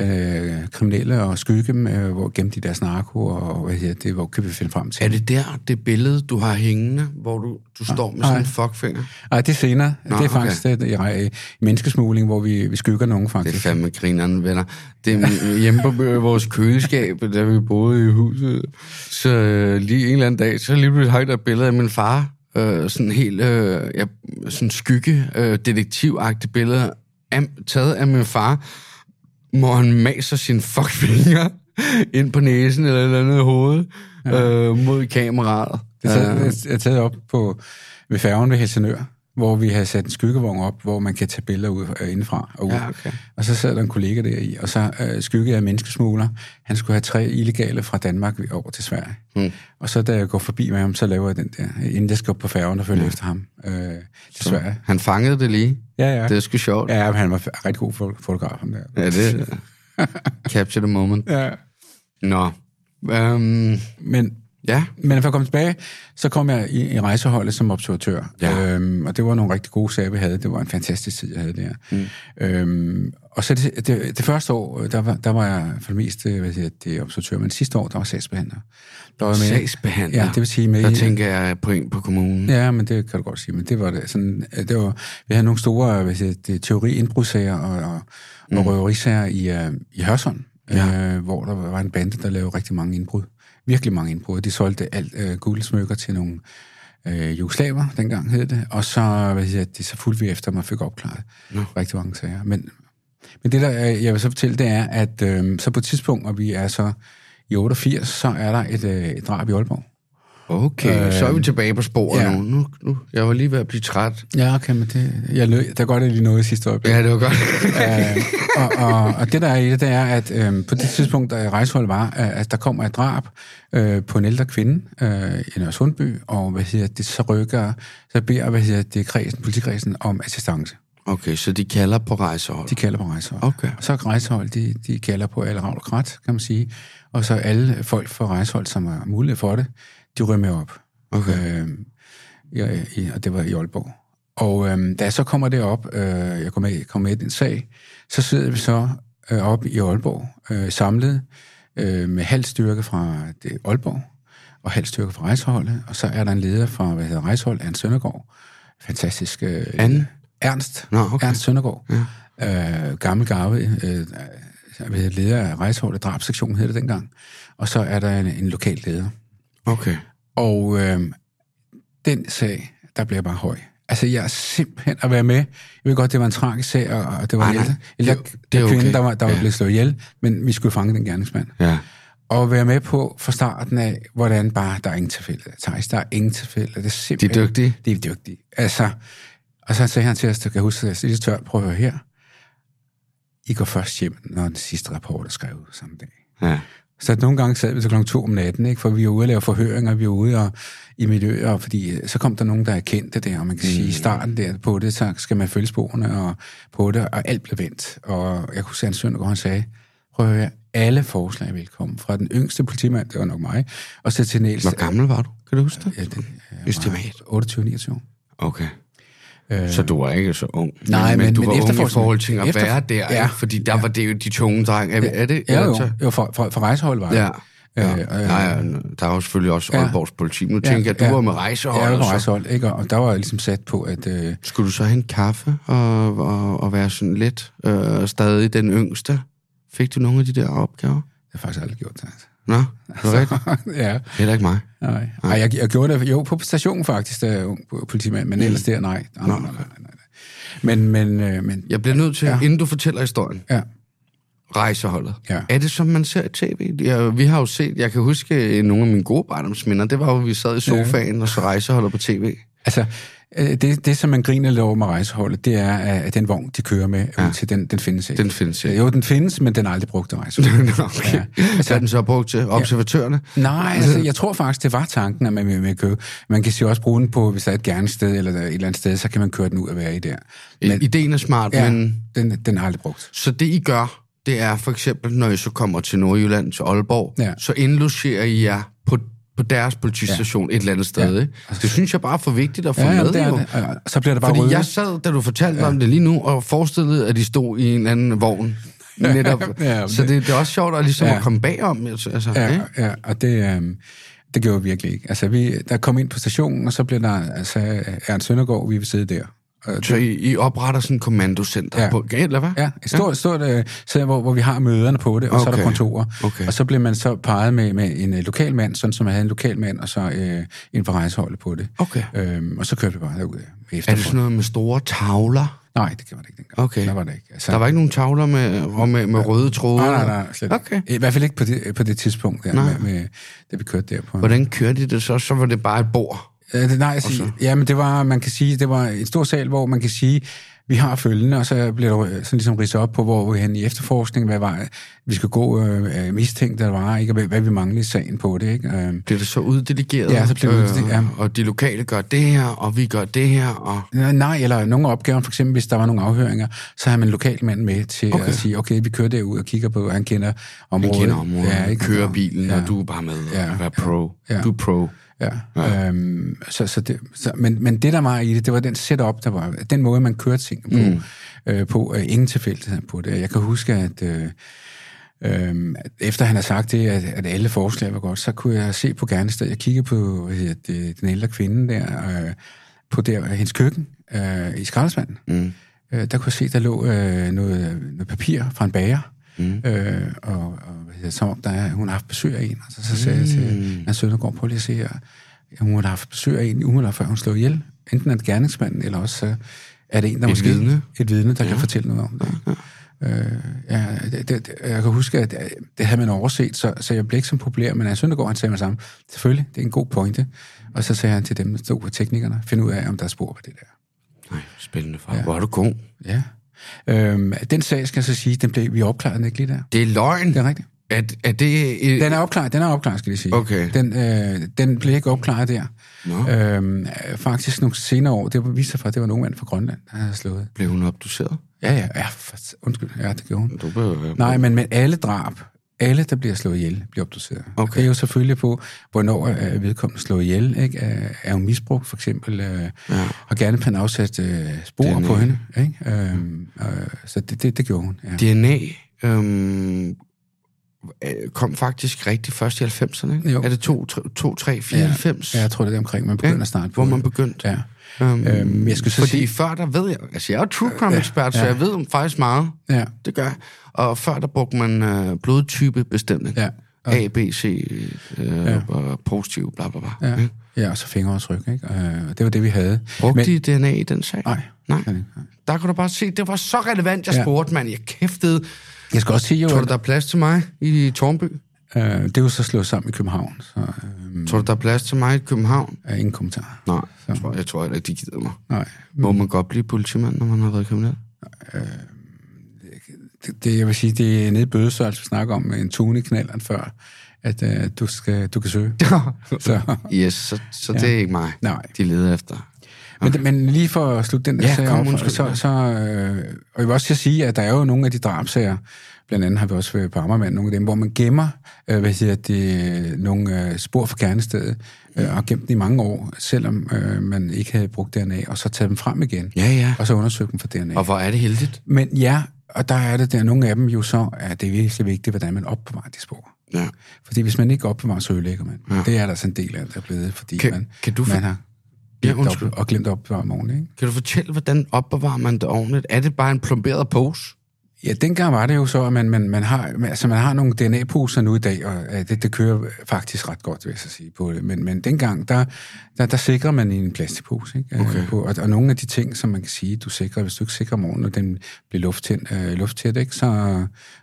B: øh, kriminelle og skygge dem, øh, hvor gemte de deres narko, og hvad hedder det, hvor kan vi finde frem til.
A: Er det der, det billede, du har hængende, hvor du, du står med sådan en fuckfinger?
B: Ej, det er senere. Nå,
A: Nå,
B: det
A: okay.
B: er faktisk det, i rej- i menneskesmugling, hvor vi, vi skygger nogen
A: Det er
B: faktisk.
A: fandme grineren, venner. Det er hjemme på øh, vores køleskab, da vi boede i huset. Så øh, lige en eller anden dag, så lige pludselig hang der et billede af min far. Øh, sådan helt øh, ja, sådan skygge, øh, detektivagtigt billede, af, taget af min far, hvor han maser sine fuckfinger ind på næsen eller et eller andet hoved øh, mod kameraet.
B: Det er
A: Øh.
B: taget, jeg er taget op på, ved færgen ved Helsingør, hvor vi havde sat en skyggevogn op, hvor man kan tage billeder ud øh, indefra og ud.
A: Ja, okay.
B: Og så sad der en kollega der i, og så øh, skyggede jeg menneskesmugler. Han skulle have tre illegale fra Danmark over til Sverige.
A: Hmm.
B: Mm. Og så da jeg går forbi med ham, så laver jeg den der, inden jeg skal op på færgen og følge ja. efter ham øh, til Sverige.
A: Han fangede det lige.
B: Ja, ja.
A: Det er sgu sjovt.
B: Ja, men han var f- rigtig god fo- fotograf, ham der.
A: Ja, det Capture the moment.
B: Ja.
A: Nå. Øhm,
B: Men
A: ja,
B: Men for at komme tilbage, så kom jeg i, i rejseholdet som observatør.
A: Ja.
B: Øhm, og det var nogle rigtig gode sager, vi havde. Det var en fantastisk tid, jeg havde der. Mm. Øhm, og så det, det, det første år, øh, der var, der var jeg for det meste hvad siger, jeg, det er observatør, men sidste år, der var sagsbehandler. Der var jeg med,
A: sagsbehandler.
B: Ja, det vil sige med
A: Der
B: i-
A: tænker jeg på en på kommunen. Ja.
B: Ja, men det kan du godt sige. Men det var det. Sådan, øh, det var, vi havde nogle store hvad siger, det, teori-indbrudssager og, og, mm. og røverisager i, øh, i Hørsholm, ja. øh, hvor der var en bande, der lavede rigtig mange indbrud. Virkelig mange indbrud. De solgte alt øh, guldsmykker til nogle øh, jugoslaver, dengang hed det. Og så, hvad siger, det, så fulgte vi efter dem og fik opklaret ja. rigtig mange sager. Men, men det, der øh, jeg vil så fortælle, det er, at øh, så på et tidspunkt, og vi er så i 88, så er der et, øh, et drab i Aalborg.
A: Okay, øh, så er vi tilbage på sporet
B: ja.
A: ja. nu. nu. Nu, Jeg var lige ved at blive træt.
B: Ja, okay, men det, jeg lø, der går det lige noget i sidste øjeblik.
A: Ja, det var godt.
B: Øh, og, og, og det der er i det, det er, at øh, på det tidspunkt, der rejseholdet var, at, at der kommer et drab øh, på en ældre kvinde øh, i Nørre Sundby, og hvad hedder det, så rykker, så beder, hvad hedder det, kredsen, politikredsen om assistance.
A: Okay, så de kalder på rejsehold.
B: De kalder på rejseholdet.
A: Okay.
B: Og så er rejseholdet, de, de kalder på alle ravl og krat, kan man sige. Og så alle folk fra rejseholdet, som har mulighed for det, de ryger med op. Okay. Øh, i, i, og det var i Aalborg. Og øh, da jeg så kommer derop, øh, jeg kommer med, kom med i den sag, så sidder vi så øh, op i Aalborg, øh, samlet øh, med halv styrke fra det, Aalborg, og halv styrke fra rejseholdet, og så er der en leder fra, hvad hedder rejseholdet, Anne Søndergaard. Fantastisk. Øh,
A: Anne?
B: Ernst,
A: Nå, okay.
B: Ernst Søndergaard, ja. øh, gammel garve, øh, øh, leder af rejseholdet drabsektionen hed det dengang, og så er der en, en lokal leder.
A: Okay.
B: Og øh, den sag, der bliver jeg bare høj. Altså, jeg er simpelthen at være med. Jeg ved godt, det var en tragisk sag, og og det var
A: Ej,
B: en
A: nej. Det
B: ældre,
A: er
B: ældre
A: jo- det
B: det
A: er
B: er kvinde,
A: okay.
B: der var, der var
A: Ja.
B: blevet slået ihjel, men vi skulle fange den gerningsmand.
A: Ja.
B: Og være med på fra starten af, hvordan bare, der er ingen tilfælde. Thijs, der er ingen tilfælde. Det er
A: De er
B: simpelthen...
A: dygtige.
B: De er dygtige. Altså, og så sagde han til os, du kan huske, at jeg lige tør, prøv at høre her. I går først hjem, når den sidste rapport er skrevet samme dag.
A: Ja.
B: Så nogle gange sad vi til klokken to om natten, ikke? for vi var ude og lave forhøringer, vi var ude og, i miljøer, fordi øh, så kom der nogen, der erkendte det, og man kan sige, i starten der på det, så skal man følge sporene og, på det, og alt blev vendt. Og jeg kunne se en søndag, hvor han sagde, prøv at høre, alle forslag er velkommen, fra den yngste politimand, det var nok mig, og så til den ældste.
A: Hvor gammel var du? Kan du huske det?
B: Ja, det
A: Estimat.
B: 28-29.
A: Okay. Så du var ikke så ung.
B: Øh. Nej,
A: men,
B: men-
A: du
B: men
A: var ung i
B: efterforskning-
A: forhold til at
B: efter-
A: være der,
B: Ja.
A: ja. fordi der var det jo de tunge drenge. Er, er det?
B: Ja,
A: eller
B: jo,
A: så-
B: jo for, for, for rejsehold var det.
A: Ja. Ja.
B: Øh, øh,
A: Nej, ja, der er jo selvfølgelig også Aalborgs politi. Nu tænker jeg, du
B: ja.
A: var med rejsehold.
B: Ja,
A: og
B: på
A: så-
B: rejsehold, ikke? Og, og der var jeg ligesom sat på, at... Øh,
A: Skulle du så hente kaffe og, og, og være sådan lidt øh, stadig den yngste? Fik du nogle af de der opgaver?
B: jeg har faktisk aldrig gjort det. altså.
A: Nå, det var rigtigt.
B: ja.
A: Heller ikke mig.
B: Nej. Ej, jeg, jeg gjorde det jo på stationen faktisk, da jeg var ung politimand,
A: Mm.
B: men ellers der, nej. Nej, nej, nej, nej, nej. Men, men, øh, men,
A: Jeg bliver nødt til, ja. inden du fortæller historien,
B: ja.
A: rejseholdet.
B: Ja.
A: Er det, som man ser i tv? Ja, vi har jo set, jeg kan huske øh, nogle af mine gode barndomsminder, det var jo, vi sad i sofaen, og så rejseholdet på tv.
B: Altså, øh, det, det, som man griner lidt over med rejseholdet, det er, at at den vogn, de kører med ja. ud til, den, den findes ikke.
A: Den findes ikke.
B: Jo, den findes, men den er aldrig brugt af rejseholdet.
A: Nå, okay.
B: Ja.
A: Ja. Altså, er den så brugt til observatørerne?
B: Nej, altså, jeg tror faktisk, det var tanken, at man ville ville købe. Man kan sige også bruge den på, hvis der er et gerningssted eller der er et eller andet sted, så kan man køre den ud og være i der.
A: Men, Ideen er smart, ja.
B: Ja,
A: men...
B: den, den har jeg aldrig brugt.
A: Så det, I gør, det er for eksempel, når I så kommer til Nordjylland, til Aalborg,
B: Ja.
A: så indlogerer I jer på, på deres politistation ja. et eller andet sted. Ja. Det synes jeg bare er for vigtigt at få
B: Ja,
A: med.
B: jamen, det er
A: jo.
B: det. Og- og Så bliver det bare
A: Fordi
B: rødt.
A: jeg sad, da du fortalte ja. om det lige nu, og forestillede, at de stod i en anden vogn. Netop.
B: Ja, men
A: så det, det er også sjovt at, ligesom ja.
B: Ja.
A: at komme bagom. Altså, ja.
B: Ja,
A: ikke?
B: ja og det, øh, det gjorde vi virkelig ikke. Altså, vi, der kom ind på stationen, og så blev der altså, Ernst Søndergaard, vi vil sidde der. Og det,
A: Så I, I opretter sådan et kommandocenter ja.
B: Ja.
A: på, eller hvad?
B: ja, et stort, stort øh, sted, hvor, hvor vi har møderne på det, og okay. så er
A: Okay.
B: der kontorer.
A: Okay.
B: Og så blev man så peget med, med en øh, lokal mand, sådan som man havde en lokal mand, og så øh, en fra rejseholdet på det.
A: Okay.
B: Øhm, og så kørte vi bare derud med
A: Er det
B: efterforskning.
A: sådan noget med store tavler?
B: Nej, det gjorde det ikke dengang.
A: Okay.
B: Der var det ikke. Altså,
A: Der var ikke nogen tavler med, og med, med røde tråde?
B: Nej, nej, nej, slet
A: Okay.
B: ikke. I hvert fald ikke på det, på det tidspunkt, der, med, med, da vi kørte der på.
A: Hvordan kørte I det så? Så var det bare et bord.
B: Øh, det- Nej, altså, ja, men det var, man kan sige, det var en stor sal, hvor man kan sige, vi har følgende, og så bliver der øh, sådan ligesom ridset op på, hvor vi er henne i efterforskning, hvad var, vi skal gå øh, øh, mistænkt, der var, ikke, og hvad, hvad vi manglede i sagen på det, ikke? Øh,
A: Bliver det så uddelegeret? øh,
B: Ja, så bliver det uddelegeret, ja.
A: Og de lokale gør det her, og vi gør det her, og...
B: nej, Øh, nej, eller nogle opgaver, for eksempel hvis der var nogle afhøringer, så har man en lokal mand med til okay.
A: Okay.
B: at sige, okay, vi kører derud og kigger på, han kender området.
A: kender området,
B: Ja,
A: ja,
B: ikke?
A: kører bilen, ja. og du er bare med ja.
B: Ja,
A: og være pro. Ja.
B: ja.
A: Du er pro.
B: Ja. ja. Øhm, så, så det, så, men, men det, der var i det, det var den setup, der var, den måde, man kørte ting på, mm. øh, på øh, ingen tilfældighed på det. Jeg kan huske, at, øh, øh, at efter han har sagt det, at, at alle forslag var godt, så kunne jeg se på Gernested, jeg kiggede på hvad hedder det, den ældre kvinde der, øh, på der, hendes køkken øh, i skraldespanden. Mm. Øh, der kunne jeg se, der lå øh, noget, noget papir fra en bager, Mm. Øh, og, og hvad hedder det, som om der, er- hun har haft besøg af en, og så, så sagde jeg til Hans Søndergaard, prøv lige at se her, hun har haft besøg af en umiddelbart før hun slog ihjel. Enten er det gerningsmanden, eller også øh, er det en, der et måske...
A: vidne.
B: Et vidne, der ja. kan fortælle noget om det. Øh, ja, det, det, det- jeg kan huske, at øh, det havde man overset, så, så jeg blev ikke så populær, men Hans Søndergaard, han sagde mig sammen, selvfølgelig, det er en god pointe. Og så sagde han til dem, der stod på teknikerne, find ud af, om der er spor på det der.
A: Nej, spændende far. Ja. Hvor er du god.
B: Ja. Øhm, den sag, skal jeg så sige, den blev vi opklaret den ikke lige der.
A: Det er løgn.
B: Det er rigtigt.
A: Er, er det... Et...
B: Den er opklaret, den er opklaret, skal jeg lige sige.
A: Okay.
B: Den, øh, den blev ikke opklaret der.
A: Nå.
B: Øhm, øh, faktisk nogle senere år, det viste sig fra, at det var en ung mand fra Grønland, der havde slået.
A: Blev hun obduceret?
B: Ja, ja, ja, for, undskyld, ja, det gjorde hun.
A: Du blev... øh,
B: Nej, men med alle drab, alle, der bliver slået ihjel, bliver obduceret.
A: Okay.
B: Det er jo selvfølgelig på, hvornår er vedkommende slået ihjel. Ikke? Er, er hun misbrugt, for eksempel, øh, ja. og gerne på afsat øh, spor
A: DNA.
B: på hende. Ikke? Øhm, øh, så det, det, det gjorde hun. Ja.
A: DNA øhm, øh, kom faktisk rigtig først i 90'erne. ikke?
B: Jo.
A: Er det 2, 2 3, 4, 90?
B: Ja, jeg tror, det er omkring, man begynder
A: Ja,
B: at starte på.
A: hvor man begyndte.
B: Ja. Øhm, jeg skulle så
A: Fordi
B: sige...
A: før der ved jeg, altså jeg er jo true crime ekspert, så
B: ja.
A: jeg ved om faktisk meget.
B: Ja,
A: Det gør jeg. Og før der brugte man øh, blodtypebestemning.
B: ja,
A: A, B, C, øh, ja. og positiv, bla bla bla. Ja.
B: ja. ja, og så fingeraftryk, ikke? Øh, det var det, vi havde.
A: Brugte Men... de DNA i den sag?
B: Nej.
A: Nej.
B: Nej, nej.
A: Der kunne du bare se, det var så relevant, jeg
B: Ja.
A: spurgte, mand. Jeg kæftede.
B: Jeg skal også sige, jo,
A: Tror du,
B: at,
A: der er plads til mig i Tornby?
B: øh, det er jo så slået sammen i København, så øh,
A: Tror du, der er plads til mig i København?
B: er ingen kommentar.
A: Nej, jeg tror, jeg tror heller ikke, de gider mig.
B: Nej,
A: Må man godt blive politimand, når man har været kriminel?
B: det, det, jeg vil sige, det er nede i bødestørrelse, vi snakker om, en tone i knalderen før, at øh, du, skal, du kan søge. så,
A: Yes, så, så ja. det er ikke mig,
B: nej.
A: de leder efter.
B: Men, men lige for at slutte den der
A: Ja,
B: sag
A: kom,
B: op,
A: undskyld.
B: så, så øh, og jeg vil også sige, at der er jo nogle af de drabsager, blandt andet har vi også været på Ammermand, nogle af dem, hvor man gemmer øh, hvad siger det, nogle øh, spor fra kernestedet, øh, og har gemt dem i mange år, selvom øh, man ikke havde brugt DNA, og så taget dem frem igen,
A: Ja, ja.
B: og så undersøgt dem for DNA.
A: Og hvor er det heldigt?
B: Men ja, og der er det der, nogle af dem jo så, at det er virkelig vigtigt, hvordan man opbevarer de spor.
A: Ja.
B: Fordi hvis man ikke opbevarer, så ødelægger man. Ja. Det er der altså en del af, der er blevet, fordi
A: Kan-
B: man,
A: kan du for-
B: man har
A: Ja,
B: glemt
A: undskyld.
B: op, og glemt at opbevare om morgenen. Ikke?
A: Kan du fortælle, hvordan opbevarer man det ordentligt? Er det bare en plomberet pose?
B: Ja, dengang var det jo så, at man, man, man, har, altså man har nogle DNA-poser nu i dag, og øh, det, det kører faktisk ret godt, vil jeg så sige på det. Men, men dengang, der, der, der sikrer man i en plastikpose. Ikke? Øh,
A: Okay.
B: På, og, og nogle af de ting, som man kan sige, du sikrer, hvis du ikke sikrer morgen, og den bliver lufttænd, øh, lufttæt, ikke? så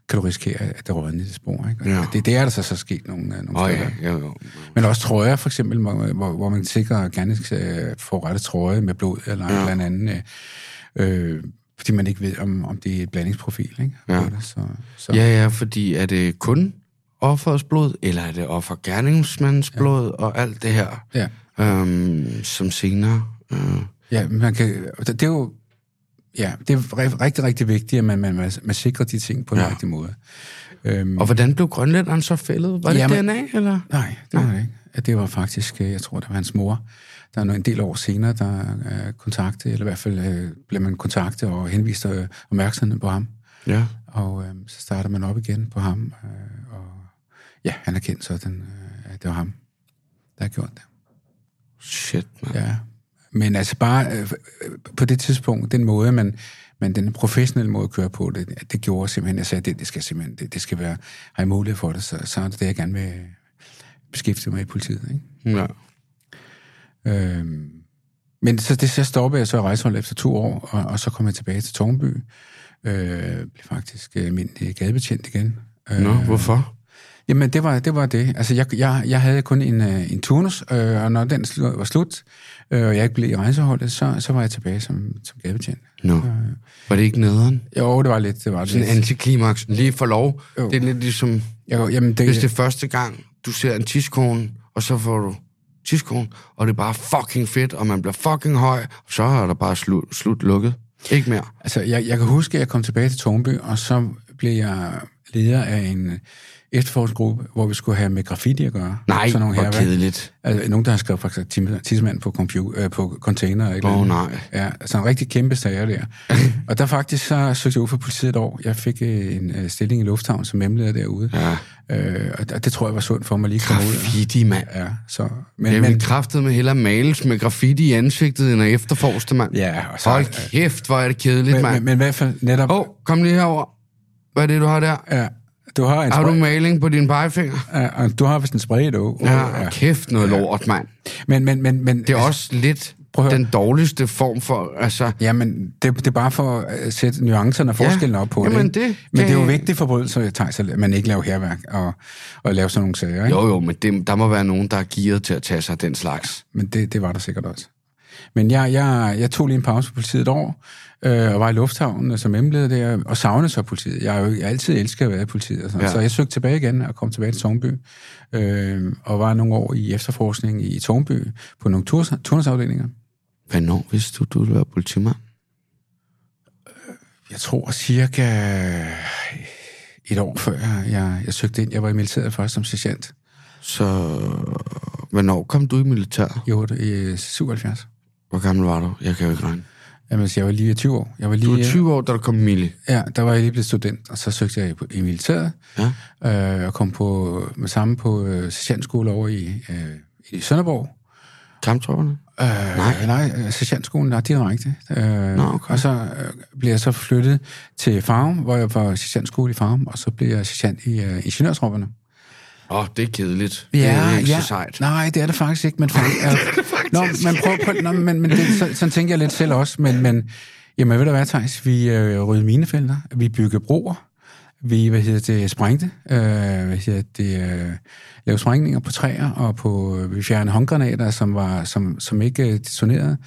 B: kan du risikere, at det rådner i det spor. Ikke? Og
A: Ja.
B: Det, det er der så, så sket nogle, øh, nogle
A: Åh oh,
B: steder.
A: ja, jo, jo.
B: Men også trøjer, for eksempel, hvor, hvor, hvor man sikrer gerne øh, får rette trøje med blod eller ja. blandt andet, øh, øh, fordi man ikke ved, om, om det er et blandingsprofil. Ikke?
A: Ja.
B: På det, Så, så, ja.
A: Ja, ja, fordi er det kun offerets blod, eller er det offergerningsmandens ja. blod, og alt det her,
B: Ja,
A: øhm, som senere... Øh,
B: ja, man kan, og det det er jo ja, det er re- rigtig, rigtig vigtigt, at man, man, man, man sikrer de ting på den
A: Ja.
B: ja. rigtige måde. Øhm,
A: og hvordan blev grønlænderen så fældet? Var det
B: Jamen-
A: DNA, eller?
B: Nej, det var det ikke. At Det var faktisk, øh, jeg tror, det var hans mor, der er nu en del år senere, der øh, kontaktede, eller i hvert fald øh, blev man kontaktet og henviste øh, opmærksomheden på ham.
A: Ja.
B: Og øh, så starter man op igen på ham, øh, og ja, han er kendt sådan, øh, at det var ham, der har gjort det.
A: Shit, man. Ja.
B: Ja. Men altså bare øh, øh, på det tidspunkt, den måde, man, man den professionelle måde at køre på det, at det gjorde simpelthen, jeg sagde, det, det skal simpelthen, det, det skal være, har jeg mulighed for det, så, så er det det, jeg gerne vil beskæftige mig i politiet, ikke?
A: ja.
B: Øhm, men så, det, så stoppede jeg så i rejseholdet efter to år, og, og så kom jeg tilbage til Tornby. Øh, blev faktisk øh, min øh, gadebetjent igen. Øh,
A: Nå, hvorfor?
B: Jamen, det var det. Var det. Altså, jeg, jeg, jeg havde kun en, øh, en turnus, øh, og når den slu, var slut, øh, og jeg ikke blev i rejseholdet, så, så var jeg tilbage som, som gadebetjent.
A: Nå. Var det ikke nederen?
B: Jo, det var lidt... Det var
A: Sådan en
B: lidt.
A: antiklimaks. Lige for lov.
B: Jo.
A: Det er lidt ligesom...
B: Jo, jamen, det,
A: Hvis det er første gang, du ser en tiskone, og så får du tiskone, og det er bare fucking fedt, og man bliver fucking høj, og så er der bare slut, slut lukket. Ikke mere.
B: Altså, jeg, jeg kan huske, at jeg kom tilbage til Tornby, og så blev jeg leder af en efterforskningsgruppe, hvor vi skulle have med graffiti at gøre.
A: Nej,
B: Sådan nogle
A: hvor
B: hærværk.
A: kedeligt.
B: Altså, nogen, der har skrevet faktisk tim- tidsmand på, computer, øh, på container. Åh,
A: Åh, nej.
B: Ja, altså en rigtig kæmpe sager der. og der faktisk så søgte jeg ud for politiet et år. Jeg fik øh, en øh, stilling i Lufthavn som memleder derude.
A: Ja.
B: Øh, og og det tror jeg var sundt for mig lige at komme ud.
A: Graffiti, mand.
B: Ja, så,
A: Jeg
B: men,
A: vil
B: men,
A: kraftet med hellere males med graffiti i ansigtet, end at efterforske, mand.
B: ja, og så,
A: Hold kæft, hvor er det kedeligt,
B: men, men,
A: mand.
B: men, i hvert fald netop...
A: Åh, oh, kom lige herover. Hvad er det, du har der?
B: Ja, du har en
A: Har du
B: spray,
A: maling på din pegefinger?
B: ja, og du har vist en spray dog.
A: Ja, Altså, kæft noget lort, mand.
B: Men, men, men, men altså,
A: Det er også lidt
B: Prøv at høre.
A: den dårligste form for, altså...
B: Jamen, det, det er bare for at øh, sætte nuancerne og forskellene op på
A: jamen
B: det. ikke?
A: det-
B: Men det er jo
A: det-
B: vigtigt forbrydelser, Thijs, at man ikke laver herværk og, og laver sådan nogle sager. Ikke?
A: Jo, jo, men det, der må være nogen, der er gearet til at tage sig af den slags.
B: Men det, det var der sikkert også. Men jeg, jeg, jeg tog lige en pause på politiet et år, øh, og var i lufthavnen som emleder der, og savnede så politiet. Jeg har jo jeg har altid elsket at være i politiet, og sådan.
A: Ja.
B: Ja. så jeg søgte tilbage igen og kom tilbage til Tornby, øh, og var nogle år i efterforskning i Tornby på nogle turnus, turnusafdelinger.
A: Hvornår vidste du, du ville være politimand?
B: Jeg tror cirka et år før jeg, jeg, jeg søgte ind. Jeg var i militæret først som sergeant
A: Så hvornår kom du i militæret?
B: i, otte- i 77.
A: Hvor gammel var du? Jeg kan jo ikke regne.
B: Jamen, altså, jeg var lige 20 år. Jeg var lige,
A: Du er 20 år, da du kom Mille.
B: Ja, der var jeg lige blevet student, og så søgte jeg i- i militæret.
A: Ja.
B: Øh, og kom på, med samme på øh, sergeantskole over i, øh, i Sønderborg.
A: Kamptropperne?
B: Øh, nej. Nej, øh, sergeantskolen er direkte. Øh,
A: Nå, okay.
B: Og så øh, blev jeg så flyttet til Farum, hvor jeg var sergeantskole i Farum, og så blev jeg sergeant i øh, ingeniørstropperne.
A: Åh, oh, det er kedeligt. det er Øh, ikke så sejt.
B: Nej, det er det faktisk ikke, men faktisk... Er, Nå, man prøver på, nå, men, men det, så, sådan tænker jeg lidt selv også, men, men jamen, ved du hvad, Thijs, vi øh, rydde minefelter, vi byggede broer, vi, hvad hedder det, sprængte, øh, hvad hedder det, øh, lavede sprængninger på træer, og på, øh, vi fjernede håndgranater, som, var, som, som ikke øh, detonerede.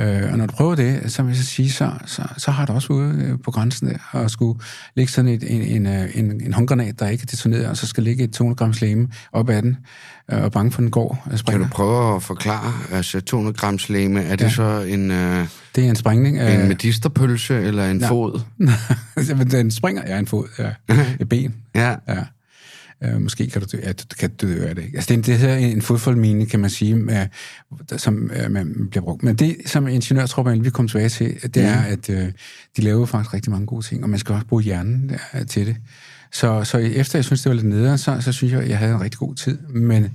B: Øh, og når du prøver det, så vil jeg så sige, så, så, så har du også ude øh, på grænsen der, og skulle lægge sådan et, en, en, øh, en, en håndgranat, der ikke er detoneret, og så skal ligge et 200 grams lemme op ad den, øh, og bange for, den går og
A: Kan
B: springer.
A: du prøve at forklare, altså 200 grams leme, er det ja. så en, øh,
B: Det er en sprængning. Øh,
A: en medisterpølse eller en ja. fod?
B: Jamen, den springer jeg en fod, ja. et ben.
A: Ja.
B: Ja. Øh, måske kan du dø, ja, du kan dø af det. ikke? Altså, det, er en- det hedder en, en fodfoldmine, kan man sige, med, der- som øh, man bliver brugt. Men det, som ingeniørtropper vi kom tilbage til, det er, at øh, de laver faktisk rigtig mange gode ting, og man skal også bruge hjernen øh, til det. Så, så efter jeg synes, det var lidt nederen, så, så synes jeg, at jeg havde en rigtig god tid. Men,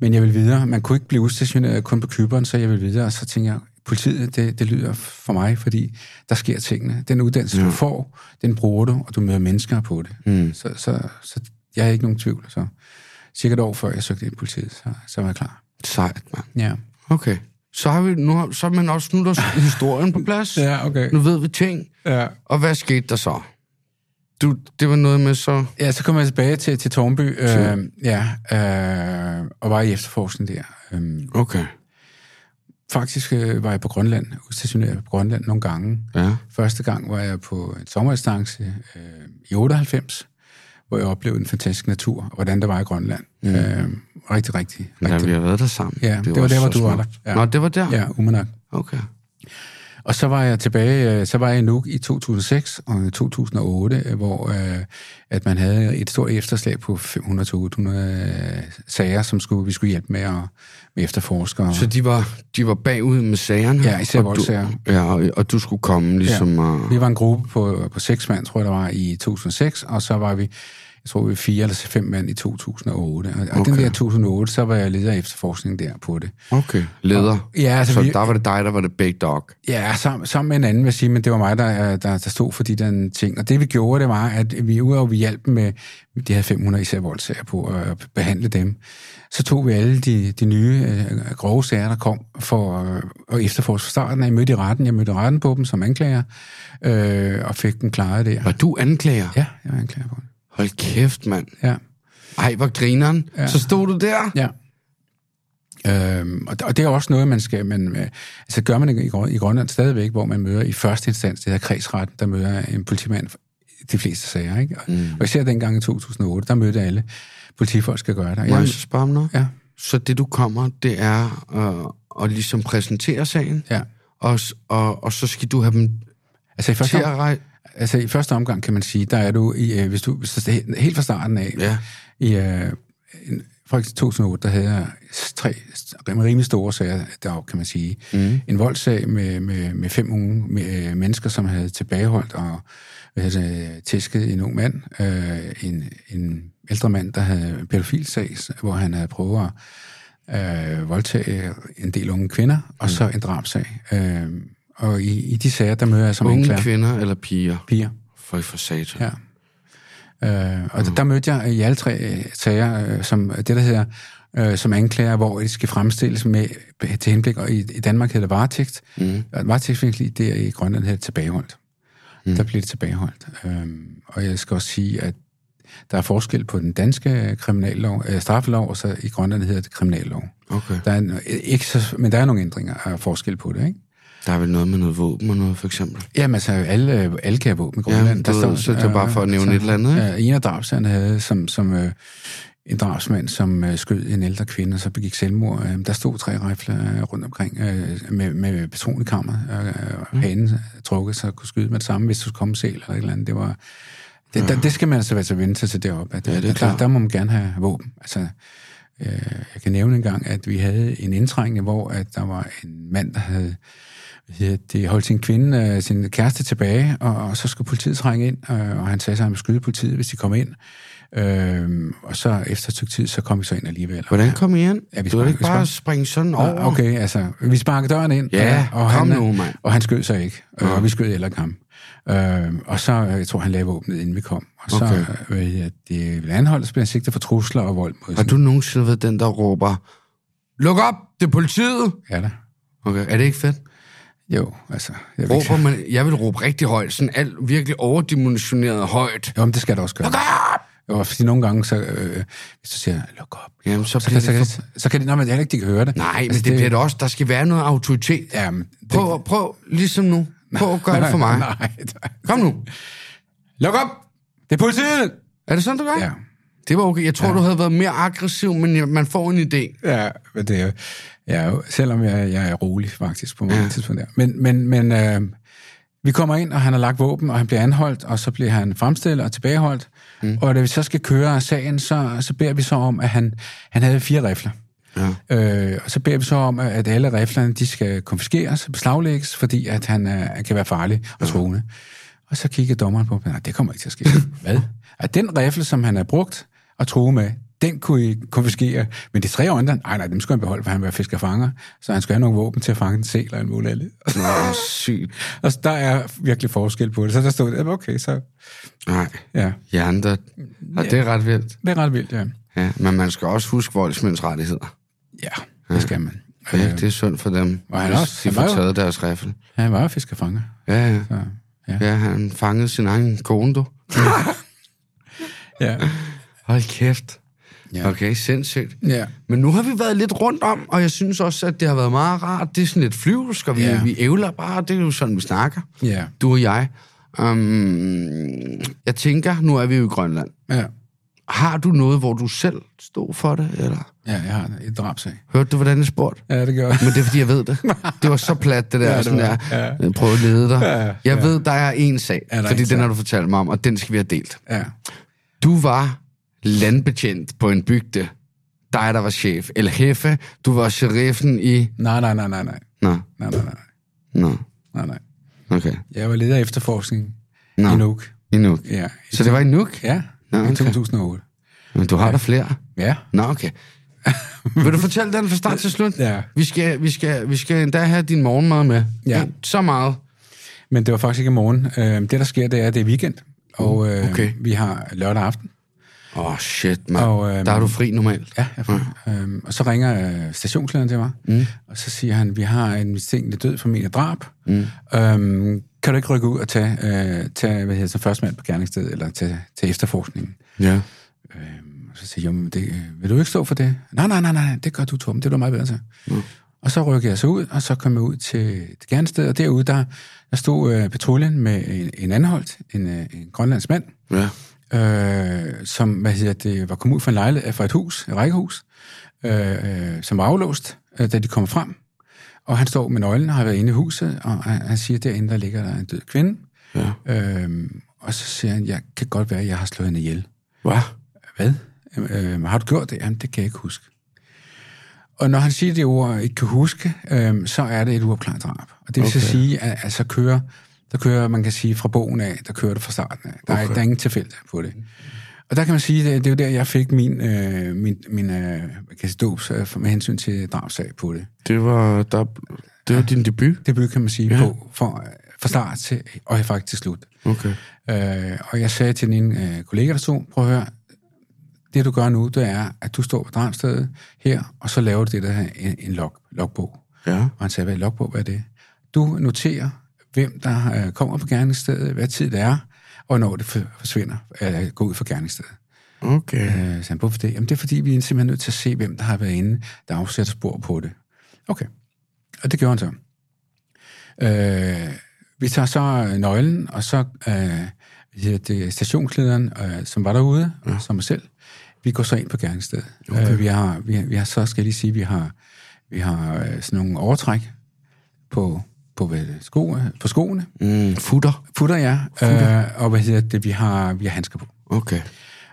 B: men jeg vil videre. Man kunne ikke blive udstationeret kun på køberen, så jeg vil videre. Og så tænker jeg, politiet, det, det lyder for mig, fordi der sker tingene. Den uddannelse, ja. du får, den bruger du, og du møder mennesker på det. Mm. Så, så, så jeg har ikke nogen tvivl. Så cirka et år før jeg søgte ind i politiet, så, så var jeg klar.
A: Sejt, mand.
B: Ja,
A: Okay. Så har vi nu, har- så er man også nu er der historien på plads.
B: ja okay.
A: Nu ved vi ting.
B: Ja.
A: Og hvad skete der så? Du, det var noget med så...
B: ja, så kom jeg tilbage til, til Tornby, øh, ja, øh, og var i efterforskningen der. Øh,
A: Okay.
B: faktisk øh, var jeg på Grønland, udstationeret på Grønland nogle gange.
A: Ja.
B: Første gang var jeg på en sommerrestance øh, i 98, hvor jeg oplevede en fantastisk natur, og hvordan der var i Grønland. Mm. Øh, rigtig, rigtig,
A: Ja,
B: rigtig.
A: vi har været der sammen.
B: Ja, det var der,
A: så
B: hvor du var
A: smukt.
B: der. Ja.
A: Nå, det var der?
B: Ja, umanak.
A: Okay.
B: Og så var jeg tilbage, øh, så var jeg i Nuuk i 2006 og i 2008, øh, hvor øh, at man havde et stort efterslag på 500-800 øh, sager, som skulle, vi skulle hjælpe med at med efterforske. og-
A: Så de var, de var bagud med sagerne?
B: Ja, især
A: og du-
B: voldssager.
A: Ja, og, og du skulle komme ligesom... Ja. Og,
B: Vi var en gruppe på, på seks mand, tror jeg, der var i 2006, og så var vi, jeg tror, vi var fire eller fem mand i 2008. Og, okay. og den
A: Okay.
B: der 2008, så var jeg leder af efterforskningen der på det.
A: okay, leder.
B: Ja, altså,
A: så
B: vi-
A: der var det dig, der var det big dog.
B: Ja, sammen, sammen med en anden, vil jeg sige, men det var mig, der, øh, der, der stod for de der ting. Og det vi gjorde, det var, at vi udover vi hjalp dem med, de havde 500 især voldsager på, øh, at behandle dem, så tog vi alle de, de nye øh, grove sager, der kom for øh, at efterforske fra starten. af. Jeg mødte i retten, jeg mødte i retten på dem som anklager, øh, og fik den klaret der.
A: Var du anklager?
B: Ja, jeg var anklager på det.
A: Hold kæft, mand.
B: Ja,
A: Ej, hvor grineren. Ja. Så stod du der?
B: ja. Øhm, og, og det er også noget, man skal... Man, øh, altså gør man det i, Grøn- i Grønland stadigvæk, hvor man møder i første instans, det hedder kredsretten, der møder en politimand for de fleste sager. Ikke? Og, mm. og især dengang i 2008, der mødte alle politifolk skal gøre det. Og
A: Må
B: Jeg,
A: jeg så spørge om noget?
B: ja,
A: Så det, du kommer, det er øh, at ligesom præsentere sagen,
B: ja.
A: og, s- og, og så skal du have dem
B: Altså i, første
A: til at
B: om,
A: rejse...
B: altså i første omgang, kan man sige, der er du, i, øh, hvis du hvis du, helt fra starten af,
A: Ja.
B: i øh, en- for eksempel 2008, der havde jeg tre rimelig store sager derop, kan man sige. Mm. En voldssag med, med, med fem unge med, øh, mennesker, som havde tilbageholdt og hvad hedder det, tæsket en ung mand. Øh, en, en ældre mand, der havde en pædofilsag, hvor han havde prøvet at øh, voldtage en del unge kvinder,
A: Mm.
B: og så en drabsag. Øh, og i, i de sager, der møder jeg som
A: Unge
B: anklager
A: kvinder eller piger?
B: piger.
A: For for satan.
B: Ja. Øh, og mm. der mødte jeg i alle tre øh, sager, øh, som det, der hedder, øh, som anklager, hvor det skal fremstilles med, øh, til henblik, og i, i Danmark hedder det varetægt, mm. og varetægtsfængsel, det er i Grønland hedder det tilbageholdt. Mm. Der bliver det tilbageholdt. Øh, og jeg skal også sige, at der er forskel på den danske kriminallov, øh, straffelov, og så i Grønland hedder det kriminallov.
A: Okay.
B: Der er en, øh, ikke så, men der er nogle ændringer og forskel på det, ikke?
A: Der er vel noget med noget våben og noget, for eksempel.
B: Jamen altså, alle, øh, alle kan have våben i Grønland.
A: Jamen, du ved, så det er bare for at nævne et eller andet, ikke?
B: Ja, en af drabsagerne havde som, som øh, en drabsmand, som øh, skød en ældre kvinde, og så begik selvmord. Øh, der stod tre rifler øh, rundt omkring øh, med, med patron i kammeret, og
A: Mm.
B: øh, hanen trukket, så kunne skyde med det samme, hvis du skulle komme selv eller et eller andet. Det var... Det, der, det skal man altså være til at vente til deroppe. At, ja,
A: det er
B: der,
A: klart.
B: der må man gerne have våben. Altså, jeg kan nævne en gang, at vi havde en indtrængende, hvor at der var en mand, der havde hvad hedder det holdt sin kvinde, øh, sin kæreste tilbage, og, og så skulle politiet trænge ind, øh, og han sagde så, at han ville skyde politiet, hvis de kom ind. Øh, og så efter et stykke tid, så kom vi så ind alligevel.
A: Hvordan kom I ind?
B: Ja, vi
A: du vil
B: sprang-
A: ikke
B: vi
A: bare
B: sprang-
A: springe sådan
B: Nå,
A: over.
B: Okay, altså, vi sparkede døren ind. øh,
A: Ja,
B: og, og
A: kom
B: han,
A: nu, mand.
B: Og han skød sig ikke, øh, og vi skød heller ikke ham. Øh, og så, øh, jeg tror, han lagde våbnet, inden vi kom. Og så
A: Okay.
B: okay. øh, ja, det blev anholdt, og så blev han sigtet for trusler og vold mod
A: Har du nogensinde været den, der råber, luk op, det er politiet?
B: Ja, da.
A: Okay, er det ikke fedt?
B: Jo, altså... Jeg vil ikke...
A: Råber man, jeg vil råbe rigtig højt, sådan alt virkelig overdimensioneret højt.
B: Jo, men det skal du også gøre. Jo, fordi nogle gange, så, øh, hvis du siger, luk op,
A: Jamen, så,
B: så,
A: bliver
B: kan,
A: det
B: så, kan,
A: for...
B: Altså, så, kan det... Nå, men jeg ikke, de kan høre det.
A: Nej, men altså, det, det, bliver det også. Der skal være noget autoritet.
B: Ja, men det...
A: Prøv, prøv ligesom nu. Prøv at gøre det for mig.
B: Nej, nej.
A: Kom nu.
B: Luk op! Det er politiet!
A: Er det sådan, du gør?
B: Ja.
A: Det var okay. Jeg tror, ja. du havde været mere aggressiv, men jeg- man får en idé.
B: Ja, men det er jo- jeg er jo, selvom jeg, jeg er rolig faktisk på mange ja. tidspunkter. Men, men, men øh, vi kommer ind, og han har lagt våben, og han bliver anholdt, og så bliver han fremstillet og tilbageholdt. Mm. Og da vi så skal køre sagen, så, så beder vi så om, at han, han havde fire rifler.
A: Ja.
B: Øh, og så beder vi så om, at alle riflerne, de skal konfiskeres og beslaglægges, fordi at han øh, kan være farlig og truende. Og så kigger dommeren på mig, nej, det kommer ikke til at ske. Hvad? At den rifle, som han har brugt og truet med, den kunne I konfiskere, men de tre andre, nej, nej, dem skulle han beholde, for han var fiskerfanger, så han skal have nogle våben til at fange en sel og en mulig andet.
A: Nå, sygt.
B: Og så der er virkelig forskel på det. Så der stod, det, okay, så
A: Nej,
B: ja,
A: jeg andre. Og det er ret vildt.
B: det er ret vildt, ja.
A: Ja, men man skal også huske voldsmænds rettigheder.
B: Ja, det skal man.
A: Ja, det er sundt for dem,
B: Og han
A: hvis
B: også.
A: de
B: Han
A: får
B: var jo-
A: taget deres riffel.
B: Han var jo fiskerfanger.
A: Ja, ja.
B: Så, ja.
A: Ja, han fangede sin egen kone, du.
B: Ja.
A: Hold kæft.
B: Ja.
A: Okay, sindssygt.
B: ja.
A: Men nu har vi været lidt rundt om, og jeg synes også, at det har været meget rart. Det er sådan lidt flyvsk, og vi,
B: Ja.
A: vi ævler bare. Det er jo sådan, vi snakker,
B: Ja.
A: du og jeg. Um, jeg tænker, nu er vi jo i Grønland.
B: Ja.
A: Har du noget, hvor du selv stod for det, eller
B: Ja, jeg har et drabsag.
A: hørte du, hvordan jeg spurgte?
B: Ja, det gør jeg.
A: Men det er, fordi jeg ved det. Det var så plat, det der.
B: Ja,
A: Ja,
B: det
A: sådan
B: var
A: der.
B: det.
A: Ja. Prøv at lede dig.
B: Ja,
A: Jeg ved, der er en sag,
B: Ja, der er
A: fordi
B: en
A: den
B: sag.
A: har du fortalt mig om, og den skal vi have delt.
B: Ja.
A: Du var landbetjent på en bygde. Dig, der var chef. Eller Heffe, du var sheriffen i...
B: Nej, nej, nej, nej, nej.
A: Nå,
B: Nej, nej, nej.
A: nå,
B: Nej, nej.
A: okay.
B: Jeg var leder af efterforskning
A: Nå,
B: i Nuuk.
A: i Nuuk.
B: Ja. I,
A: Så det var i Nuuk?
B: ja,
A: Nå,
B: i
A: okay.
B: 2008.
A: Men du har der flere.
B: Ja.
A: Nå, okay. Vil du fortælle den fra start til slut?
B: Ja.
A: Vi skal, vi skal, vi skal endda have din morgenmad med.
B: Ja.
A: Så meget.
B: Men det var faktisk ikke i morgen. Øh, det, der sker, det er, at det er weekend. Og øh,
A: okay.
B: vi har lørdag aften.
A: Åh, oh, shit, mand.
B: Og, øhm,
A: der er du fri normalt.
B: Ja, jeg ja. Øhm, og så ringer øh, stationslederen til mig, mm. og så siger han, vi har en mistænkelig død for min drab. Mm. Øhm, kan du ikke rykke ud og tage, øh, tage hvad hedder, det, som førstmand på gerningsstedet, eller til, til efterforskningen?
A: Ja.
B: Og så siger jeg, jo, men det, øh, vil du ikke stå for det? Nej, nej, nej, nej, det gør du, Torben, det er du meget bedre til. Mm. Og så rykkede jeg så ud, og så kom jeg ud til det gerne sted, og derude, der, der stod øh, patruljen med en, en anholdt, en, øh, en grønlands mand,
A: Ja.
B: øh, som, hvad hedder det, var kommet ud fra, en lejle, fra et hus, et rækkehus, øh, øh, som var aflåst, øh, da de kom frem. Og han står med nøglen og har været inde i huset, og han, han siger, derinde der ligger der en død kvinde.
A: Ja.
B: Øh, og så siger han, jeg kan godt være, at jeg har slået hende ihjel.
A: Hvad?
B: Hvad? Øh, har du gjort det? Jamen, det kan jeg ikke huske. Og når han siger det ord, ikke kan huske, øh, så er det et uopklaret drab. Og det vil okay.
A: Okay.
B: så sige, at, at så kører, der kører, man kan sige, fra bogen af, der kører det fra starten af. Der, okay. er,
A: Okay.
B: der er ingen tilfældighed på det. Og der kan man sige, at det er jo der, jeg fik min, øh, min, min øh, hvad kan dops øh, med hensyn til drabsag på det.
A: Det var, der, det var din debut.
B: Det blev, kan man sige, ja. på for, øh, fra start til, og jeg faktisk til slut.
A: Okay.
B: Øh, og jeg sagde til din øh, kollega, der stod, prøv at høre, det du gør nu, det er, at du står på drabstedet her, og så laver du det der her, en, en log, logbog.
A: Ja.
B: Og han sagde, hvad er logbog, hvad er det? Du noterer, hvem der øh, kommer på gerningsstedet, hvad tid det er, og når det for- forsvinder, øh, går ud fra gerningsstedet.
A: Okay.
B: Øh, så han, hvorfor det? Jamen, det er fordi, vi er simpelthen nødt til at se, hvem der har været inde, der afsætter spor på det. Okay. Og det gjorde han så. Øh, vi tager så øh, nøglen, og så øh, hvad hedder det stationslederen, øh, som var derude, ja. som mig selv, vi går så ind på gerningsstedet. Okay. Øh, vi, har, vi, har, vi har, så skal jeg lige sige, vi har, vi har øh, sådan nogle overtræk på, på, hvad, er det, sko, øh, på skoene.
A: Mm, futter.
B: Futter, ja. Futter. Øh, og hvad hedder det, vi har, vi har handsker på.
A: Okay.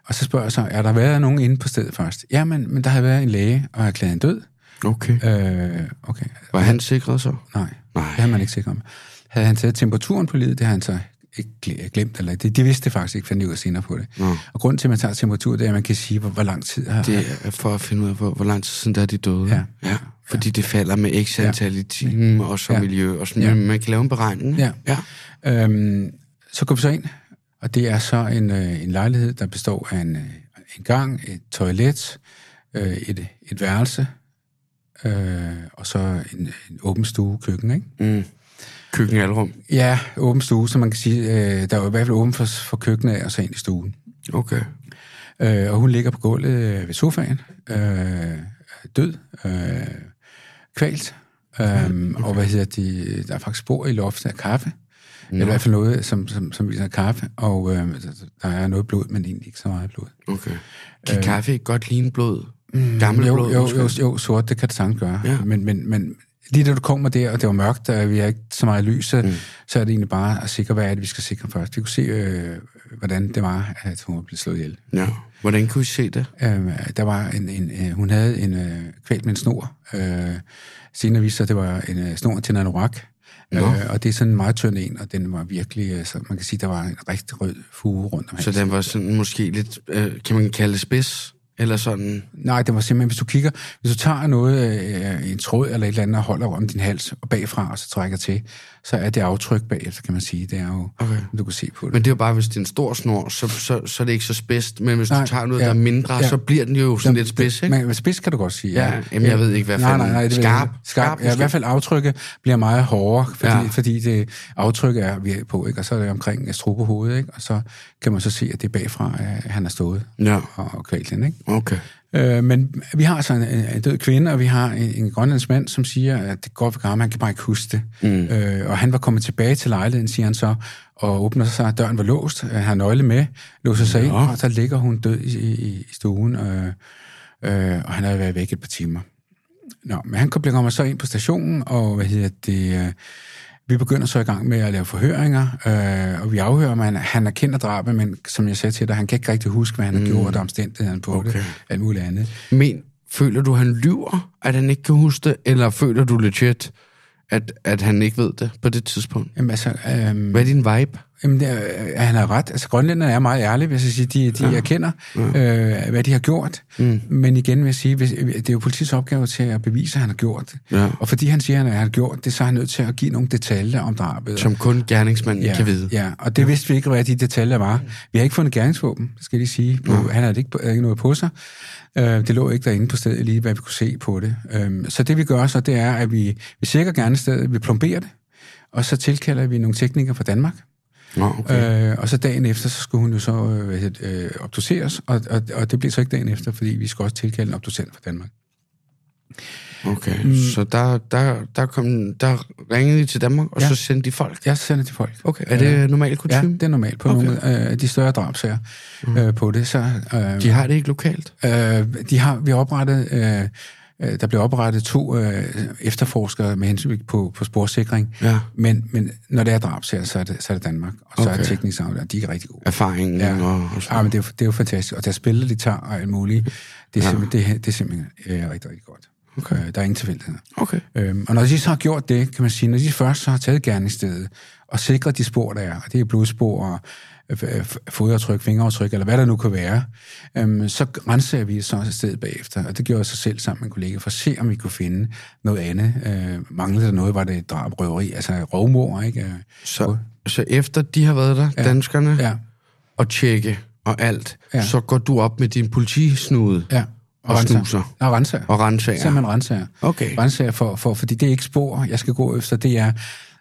B: Og så spørger jeg så, er der været nogen inde på stedet først? Ja, men, men der har været en læge og erklæret en død,
A: Okay.
B: Øh, okay.
A: Var han sikret så?
B: Nej,
A: Nej.
B: det havde man ikke sikker om. Havde han taget temperaturen på livet, det har han så ikke gle- glemt, eller det, de vidste det faktisk ikke, fandt de ud af senere på det.
A: Nå.
B: Og grunden til, at man tager temperatur, det er, at man kan sige, hvor, hvor lang tid har...
A: Det er for at finde ud af, hvor, hvor lang tid siden der er de døde.
B: Ja.
A: ja. Fordi det falder med x antal i timen, og så
B: Ja.
A: miljø, og sådan.
B: Ja.
A: Ja. Man kan lave en beregning.
B: Ja.
A: ja.
B: Øhm, så går vi så ind, og det er så en, øh, en lejlighed, der består af en, øh, en gang, et toilet, øh, et, et værelse, øh, og så en, en åben stue, køkken, ikke?
A: Mm. Køkken alrum.
B: Ja, åben stue, så man kan sige, øh, der er jo i hvert fald åben for, for køkkenet af, og så ind i stuen.
A: Okay.
B: Øh, og hun ligger på gulvet øh, ved sofaen, øh, død, øh, kvalt. Øhm, okay. Og hvad hedder de, der er faktisk spor i loftet af kaffe. Eller i hvert fald noget, som, som, som viser kaffe. Og øh, der- der er noget blod, men egentlig ikke så meget blod.
A: Okay. Kan øh. Mm, kaffe ikke godt ligne blod? Gammel
B: jo,
A: blod?
B: jo,
A: måske?
B: jo, jo, sort, det kan det sagtens gøre.
A: Ja.
B: Men, men, men lige da du kommer der, og det var mørkt, og vi har ikke så meget lys, så, mm. så er det egentlig bare at sikre, hvad er det, vi skal sikre først. Vi kunne se, øh, hvordan det var, at hun blev slået ihjel.
A: ja. Hvordan kunne I se det?
B: Øh, der var en, en, øh, hun havde en øh, kvæl med en snor. Øh, senere viste sig, at det var en øh, snor til en anorak. Øh, og det er sådan en meget tynd en, og den var virkelig, øh, så man kan sige, der var en rigtig rød fuge rundt om
A: Så
B: halsen.
A: den var sådan måske lidt, øh, kan man kalde det spids? Eller sådan?
B: Nej, det var simpelthen, hvis du kigger, hvis du tager noget, øh, en tråd eller et eller andet, og holder om din hals og bagfra, og så trækker til, så er det aftryk bagefter, kan man sige. Det er jo,
A: Okay.
B: du kan se på det.
A: Men det er jo bare, hvis det er en stor snor, så, så, så er det ikke så spidst. Men hvis Nej,
B: Nej,
A: du tager noget,
B: ja.
A: ja, der er mindre,
B: Ja.
A: ja. så bliver den jo sådan lidt spids, ikke?
B: Men men spids kan du godt sige,
A: Ja, jamen, jeg ved ikke, hvad
B: nej,
A: fanden-
B: nej, nej, det ved jeg
A: Skarp?
B: ikke. Skarp,
A: Skarp
B: ja, i
A: måske?
B: hvert fald aftrykket bliver meget hårdere, fordi, ja.
A: Ja.
B: fordi det aftryk er vi er på, ikke? og så er det omkring strubehovedet, ikke? og så kan man så se, at det er bagfra, at han har stået
A: Ja,
B: og, og kvalt den, ikke?
A: okay.
B: Øh, men vi har så en, en død kvinde, og vi har en, en grønlandsmand, som siger, at det går for gammel, han kan bare ikke huske det. Mm. Øh, og han var kommet tilbage til lejligheden, siger han så, og åbner sig, døren var låst, øh, han har nøgle med, låser sig ind, og der ligger hun død i, i, i stuen, øh, øh, og han havde været væk et par timer. Nå, men han kom- kommer så ind på stationen, og hvad hedder det... Øh, vi begynder så i gang med at lave forhøringer, øh, og vi afhører, man, han erkender drabet, men som jeg sagde til dig, han kan ikke rigtig huske, hvad han har gjort, og omstændighederne på Mm. okay. det, alt muligt andet.
A: Men føler du, han lyver, at han ikke kan huske det? Eller føler du legit, at, at han ikke ved det på det tidspunkt?
B: Jamen altså, øhm,
A: Hvad er din vibe?
B: jamen, det er- han har ret. Altså, grønlænderne er meget ærlige, hvis jeg siger, de, de ja. erkender, ja. Øh, hvad de har gjort. Mm. Men igen vil jeg sige, hvis, det er jo politiets opgave til at bevise, at han har gjort det.
A: Ja.
B: Og fordi han siger, at han har gjort det, så er han nødt til at give nogle detaljer om drabet.
A: Som kun gerningsmanden
B: ja,
A: ja. kan vide.
B: Ja, og det vidste vi ikke, hvad de detaljer var. Vi har ikke fundet gerningsvåben, skal jeg lige sige. På, Han havde ikke, havde ikke noget på sig. Øh, det lå ikke derinde på stedet lige, hvad vi kunne se på det. Øh, så det vi gør så, det er, at vi, vi sikrer gerningsstedet, vi plomberer det, og så tilkalder vi nogle teknikere fra Danmark.
A: Nå, okay.
B: Okay. Øh, og så dagen efter, så skulle hun jo så øh, hvad hedder det, øh, obduceres, og, og, og det blev så ikke dagen efter, fordi vi skulle også tilkalde en obducent fra Danmark.
A: okay. Så der, der, der, kom, der ringede de til Danmark, og
B: Ja.
A: ja. så sendte de folk.
B: Jeg sender til folk.
A: Okay. Er det normal
B: Ja,
A: kutume?
B: det er normalt på okay. nogle af øh, de større drabsager øh, på det. Så, øh,
A: De har det ikke lokalt?
B: Øh, de har, vi har oprettet, øh, øh, der blev oprettet to øh, efterforskere med hensyn på, på sporsikring.
A: Ja.
B: Men, men når det er drabsager, så er det, så er det Danmark. Og så okay. er
A: Okay.
B: teknisk afdeling, og de er rigtig gode.
A: Erfaringen ja. og, og
B: Ja,
A: sådan.
B: Ah, men det er, jo- det er jo fantastisk. Og der spiller de tager og alt muligt. Det er simpelthen, det, er- det er simpelthen øh, rigtig, rigtig godt. Okay. Øh, der er ingen tilfældigheder.
A: Okay.
B: Øhm, og når de så har gjort det, kan man sige, når de først så har taget gerningsstedet og sikret de spor, der er, og det er blodspor og øh, f- f- fodaftryk, fingeraftryk, eller hvad der nu kan være, øhm, så renser vi så stedet bagefter. Og det gjorde jeg så selv sammen med en kollega, for at se, om vi kunne finde noget andet. Øh, manglede der noget, var det drab, røveri, altså rovmor, ikke? Øh,
A: Så, så efter de har været der, ja. danskerne, ja.
B: Ja,
A: og tjekke og alt,
B: Ja.
A: ja. så går du op med din politisnude
B: ja.
A: Og
B: renser.
A: snuser.
B: Nå, renser.
A: og renser.
B: Så man renser.
A: Okay.
B: Renser for, for, fordi det er ikke spor, jeg skal gå efter. Det er,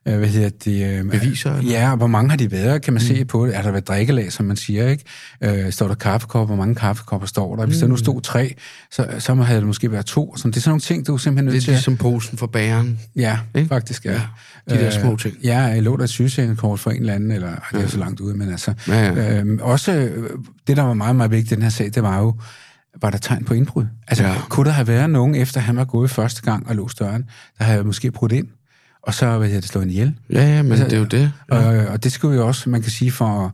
B: øh, hvad hedder det... Øh,
A: Beviser, eller?
B: Ja, og hvor mange har de været? Kan man mm. se på det? Er der været drikkelag, som man siger, ikke? Øh, står der kaffekop? Hvor mange kaffekopper står der? Hvis
A: Mm.
B: der nu stod tre, så, så må- havde det måske været to. Så det er sådan nogle ting, du er simpelthen nødt
A: Det
B: til
A: er
B: at...
A: ligesom posen for bageren.
B: Ja,
A: Ikke?
B: faktisk, ja. Øh,
A: Ja, de der små ting.
B: Ja, jeg lå der et sygesikringskort for en eller anden, eller ej, det er jo så langt ude, men altså...
A: Ja, ja.
B: Øhm, også øh, det, der var meget, meget vigtigt i den her sag, det var jo, var der tegn på indbrud? Altså, ja.
A: Ja.
B: kunne der have været nogen, efter han var gået første gang og låst døren, der havde måske brudt ind? og så hvad hedder det, slå hende ihjel.
A: Ja, ja, men det er jo det.
B: Og, øh, og det skulle jo også, man kan sige, for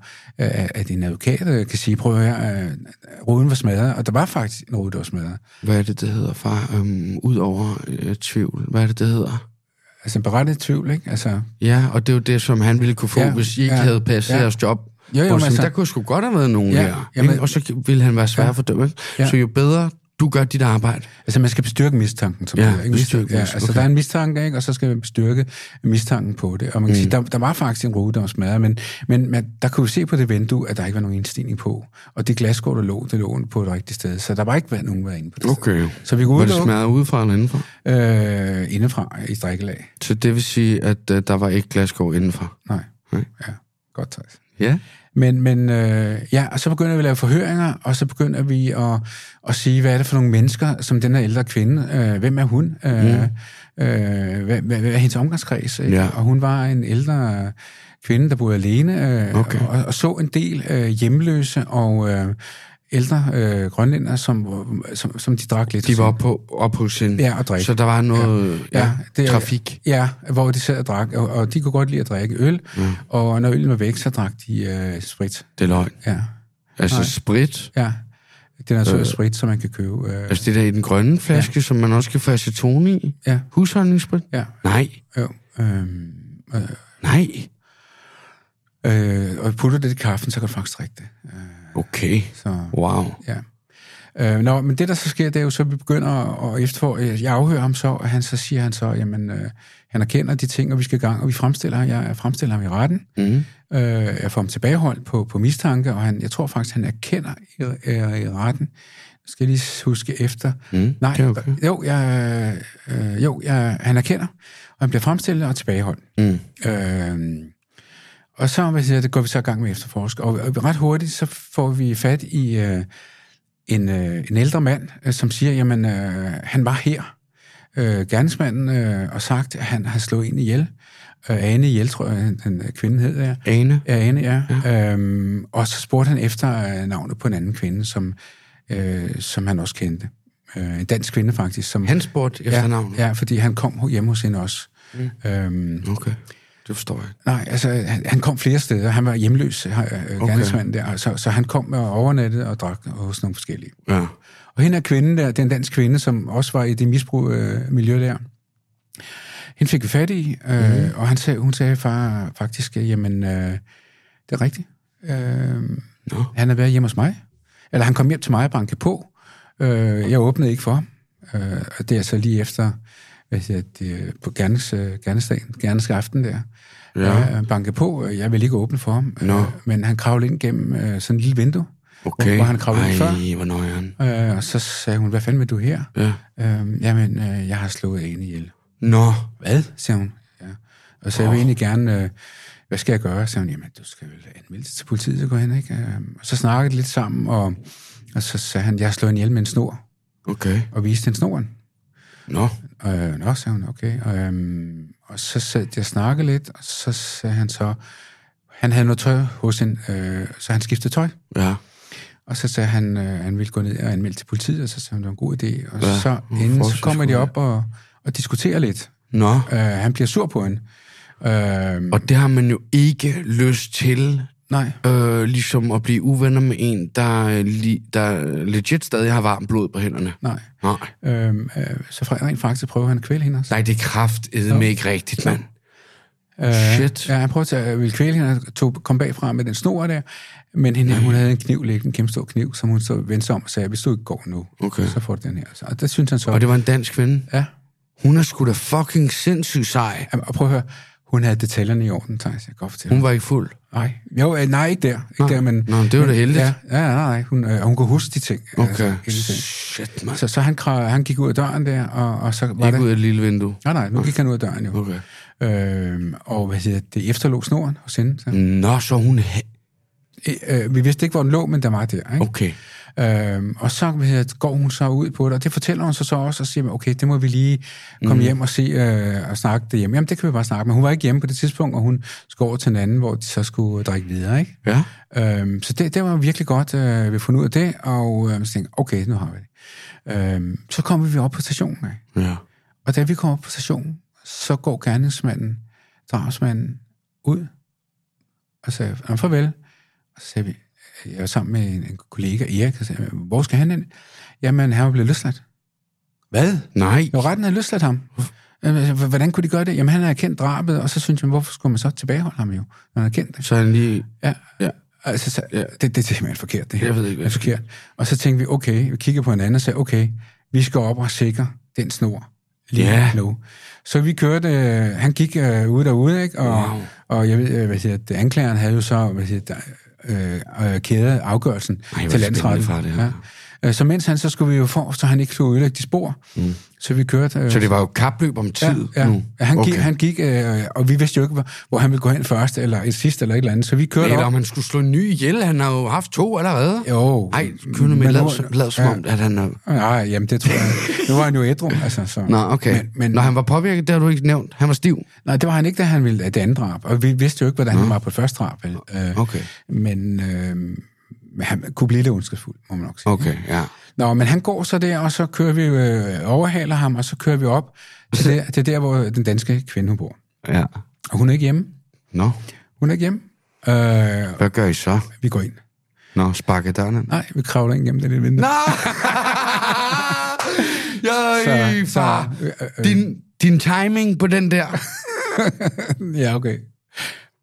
B: øh, at en advokat øh, kan sige, prøv at høre, øh, ruden var smadret, og der var faktisk en rude, der var smadret.
A: Hvad er det, det hedder, far? Øhm, Udover øh, tvivl. Hvad er det, det hedder?
B: Altså en berettiget tvivl, ikke? Altså,
A: Ja, og det er jo det, som han ville kunne få, ja,
B: Ja,
A: hvis I ikke ja,
B: ja,
A: havde passet ja.
B: ja.
A: jeres job.
B: Jo, jo,
A: Hvor
B: men
A: sådan,
B: altså-
A: der kunne sgu godt have været nogen
B: Ja,
A: her.
B: jamen-
A: ikke? og så ville han være svær ja, for dem. Ikke? Ja.
B: Ja.
A: Så jo bedre du gør dit arbejde.
B: altså man skal bestyrke mistanken. Som
A: Ja,
B: det hedder, ikke?
A: bestyrke
B: ja,
A: mistanken,
B: altså
A: okay.
B: der er en mistanke, ikke? Og så skal man bestyrke mistanken på det. Og man kan mm. sige, der, der var faktisk en rude, der var smadret, men, men man, der kunne vi se på det vindue, at der ikke var nogen indstigning på. Og det glasgård, der lå, det lå på det rigtige sted. Så der var ikke været nogen, der var inde på det sted.
A: Okay.
B: Så vi kunne
A: Var det
B: udelukke
A: smadret udefra eller indenfor?
B: øh, indefra i strikkelag.
A: Så det vil sige, at uh, der var ikke glasgård indenfor?
B: Nej.
A: Nej.
B: Ja, godt, Thijs.
A: Ja.
B: Men, men øh, ja, og så begynder vi at lave forhøringer, og så begynder vi at, at sige, hvad er det for nogle mennesker, som den her ældre kvinde, øh, hvem er hun? Øh, øh, hvad, hvad, hvad er hendes omgangskreds? Ikke?
A: Mhm. Ja.
B: Og hun var en ældre kvinde, der boede alene, øh,
A: Okay.
B: og, og så en del øh, hjemløse og øh, ældre øh, grønlænder, som, som, som de drak lidt.
A: De var oppe på, op hos hende.
B: Ja, og drikke.
A: Så der var noget ja. Ja, det,
B: er-
A: trafik.
B: Ja, hvor de sad og drak, og, og de kunne godt lide at drikke øl, mm. og når øllen var væk, så drak de øh, sprit.
A: Det er løgn.
B: Ja.
A: Altså Nej. sprit.
B: Ja, den er sød øh, sprit, som man kan købe. Øh,
A: Altså det der i den grønne flaske, ja. som man også kan få aceton i.
B: ja,
A: Husholdningssprit.
B: ja,
A: Nej.
B: jo. Øh,
A: Nej.
B: øh, og putter det i kaffen, så kan du faktisk drikke det.
A: Okay.
B: Så,
A: Wow.
B: ja. Øh, nå, men det, der så sker, det er jo så, at vi begynder at, at efterfor... øh, Jeg afhører ham så, og han så siger han så, jamen, øh, han erkender de ting, og vi skal i gang, og vi fremstiller ham. Jeg fremstiller ham i retten.
A: Mm.
B: Øh, jeg får ham tilbageholdt på, på mistanke, og han, jeg tror faktisk, han erkender i, øh, i retten. Nu skal jeg lige huske efter.
A: Mm.
B: Nej,
A: Det er okay.
B: jo, jeg, øh, jo jeg, han erkender, og han bliver fremstillet og tilbageholdt.
A: Mm.
B: Øh, og så hvad siger, jeg, det går vi så i gang med efterforsk. Og, og ret hurtigt, så får vi fat i øh, en, øh, en ældre mand, øh, som siger, jamen, øh, han var her, øh, gerningsmanden, øh, og sagt, at han har slået en ihjel. Øh, Ane ihjel, tror jeg, den, den kvinden hed, ja.
A: Ane.
B: Ja, Ane, ja. ja. Øhm, og så spurgte han efter øh, navnet på en anden kvinde, som, øh, som han også kendte. Øh, en dansk kvinde, faktisk. Som,
A: Han spurgte efter
B: ja,
A: ja. navnet.
B: Ja, fordi han kom hjemme hos hende også. Mm. Øhm,
A: Okay. Det forstår jeg.
B: nej, altså, han, han kom flere steder. Han var hjemløs, øh, øh,
A: Okay.
B: gerningsmanden der. Så, så han kom og overnattede og drak hos nogle forskellige.
A: Ja.
B: Og hende er kvinden der, den dansk kvinde, som også var i det misbrug øh, miljø der. Hende fik vi fat i, øh, mm. og han sagde, hun sagde far, faktisk, øh, jamen, øh, det er rigtigt. Øh,
A: Nå.
B: han har været hjemme hos mig. Eller han kom hjem til mig og bankede på. Øh, jeg åbnede ikke for ham. Øh, og det er så lige efter, hvad siger det, på gernes, øh, gernesdagen, gerneske aften der.
A: Ja.
B: Øh, bankede på, øh, jeg ville ikke åbne for ham.
A: Nå.
B: Øh, men han kravlede ind gennem øh, sådan en lille vindue.
A: Okay.
B: Hvor han kravlede ind før.
A: Ej, hvor nøjeren.
B: Øh, og så sagde hun, hvad fanden vil du her?
A: Ja.
B: Øhm, jamen, øh, jeg har slået en ihjel.
A: Nå.
B: Hvad? sagde hun. Ja. Og så jeg vil egentlig gerne, øh, hvad skal jeg gøre? sagde hun, jamen, du skal vel anmelde det til politiet, så går hen, ikke? Øhm, og så snakkede de lidt sammen, og, og så sagde han, jeg har slået en ihjel med en snor,
A: Okay.
B: og viste den snoren.
A: Nå.
B: Øh, nå, sagde hun, okay. Og, øhm, og så sad jeg og snakkede lidt, og så sagde han så, han havde noget tøj hos en, øh, så han skiftede tøj.
A: Ja.
B: Og så sagde han, øh, han ville gå ned og anmelde til politiet, og så sagde han, det var en god idé. Og
A: Ja,
B: ja, så
A: hun er
B: inden, så
A: forholdsvis
B: kommer de
A: god, ja.
B: op og, og diskuterer lidt.
A: Nå.
B: Øh, han bliver sur på hende. Øh,
A: Og det har man jo ikke lyst til,
B: nej,
A: øh, ligesom at blive uvenner med en, der, øh, li- der legit stadig har varmt blod på hænderne.
B: nej.
A: Nej.
B: Øh, øh, så fra, rent faktisk prøver han at kvæle hende også.
A: Nej, det er kraftedeme ikke rigtigt, mand. shit.
B: Øh, Ja, han prøver at øh, ville kvæle hende, og tog, kom bagfra med den snor der. Men hende,
A: Mm.
B: hun havde en kniv liggende, en kæmpe stor kniv, som hun så vendte sig om og sagde, hvis du ikke går nu,
A: Okay.
B: så får du den her. Så, og det synes han så.
A: Og det var en dansk kvinde.
B: Ja.
A: Hun er sgu da fucking sindssygt sej.
B: Jamen, Og prøv at høre, hun havde detaljerne i orden, Thijs. Jeg kan godt fortælle.
A: Hun var ikke fuld.
B: Nej, jo, øh, nej, ikke der. Ikke der men,
A: Mm. Nå, men det var da heldigt.
B: Ja, ja nej, nej. Hun, øh, hun kunne huske de ting.
A: Okay.
B: Altså, ingenting.
A: Shit, mand.
B: så så han, krav, han gik ud af døren der, og, og så var
A: Ikke
B: det...
A: ud af et lille vindue.
B: Nej, nej, nu gik han ud af døren jo.
A: Okay.
B: Øhm, og hvad hedder det? Efterlå snoren hos hende. Så.
A: Nå, så hun... Ha-
B: Øh, øh, vi vidste ikke, hvor den lå, men der var der. Ikke?
A: okay.
B: Øhm, og så hvad hedder det, går hun så ud på det, og det fortæller hun så, så også, og siger, okay, det må vi lige komme mm. hjem og se øh, og snakke det hjemme. Jamen, det kan vi bare snakke, men hun var ikke hjemme på det tidspunkt, og hun skulle over til en anden, hvor de så skulle drikke videre, ikke?
A: Ja.
B: Øhm, så det, det var virkelig godt, øh, vi fandt ud af det, og øh, så tænkte jeg, okay, nu har vi det. Øhm, så kom vi op på stationen, ikke?
A: Ja.
B: og da vi kom op på stationen, så går gerningsmanden, drabsmanden, ud og sagde, "Nå, farvel. Og så sagde vi, jeg var sammen med en, en kollega, Erik, og sagde, hvor skal han ind? Jamen, han var blevet løsladt. Hvad?
A: Nej.
B: Jo, retten havde løsladt ham. Jamen, altså, Hvordan kunne de gøre det? Jamen, han havde erkendt drabet, og så synes jeg, hvorfor skulle man så tilbageholde ham jo, når han havde erkendt det?
A: Så han lige...
B: Ja.
A: Ja.
B: Altså, så, ja. Det, det er simpelthen forkert, det her.
A: Jeg ved ikke,
B: det er
A: hvad-
B: forkert. Og så tænkte vi, okay, vi kigger på hinanden og sagde, okay, vi skal op og sikre den snor lige
A: Ja.
B: nu. Så vi kørte, øh, han gik øh, ude derude, ikke? Og,
A: Wow.
B: og jeg ved, øh, hvad siger, det, anklageren havde jo så, hvad siger, der, øh, øh, kædet afgørelsen
A: Ej, hvor
B: til
A: spændende
B: landsretten.
A: fra det her.
B: Ja. Øh, Så mens han så skulle vi jo for, så han ikke skulle ødelægge de spor. Mm. Så vi kørte... Øh,
A: Så det var jo kapløb om tid
B: ja, ja.
A: nu.
B: Ja, Han gik,
A: Okay.
B: okay. han gik øh, og vi vidste jo ikke, hvor, hvor han ville gå hen først, eller et sidst, eller et eller andet. Så vi kørte
A: Eller
B: op.
A: om han skulle slå en ny ihjel. Han har jo haft to allerede.
B: Jo.
A: Ej, kunne man
B: Men
A: lade,
B: nu-
A: som- lade som om, at han er...
B: Nej, jamen det tror jeg. Nu var han jo ædru, altså. Så.
A: Nå, okay.
B: Men, men,
A: Når han var påvirket, det har du ikke nævnt. Han var stiv.
B: Nej, det var han ikke, da han ville af det andet drab. Og vi vidste jo ikke, hvordan han var på det første drab. vel? Øh,
A: Okay.
B: Men øh, men han kunne blive lidt ondskabsfuld, må man nok sige.
A: Okay, ja.
B: Nå, men han går så der, og så kører vi, øh, overhaler ham, og så kører vi op til der, til der hvor den danske kvinde hun bor.
A: Ja.
B: Og hun er ikke hjemme.
A: Nå,
B: Hun er ikke hjemme. Øh,
A: hvad gør I så?
B: vi går ind.
A: Nå, sparker døren ind.
B: Nej, vi kravler ikke igennem det lille vindue.
A: Nej! Jøj,
B: Så-
A: far.
B: så- øh, øh,
A: Din, din timing på den der,
B: Ja, okay.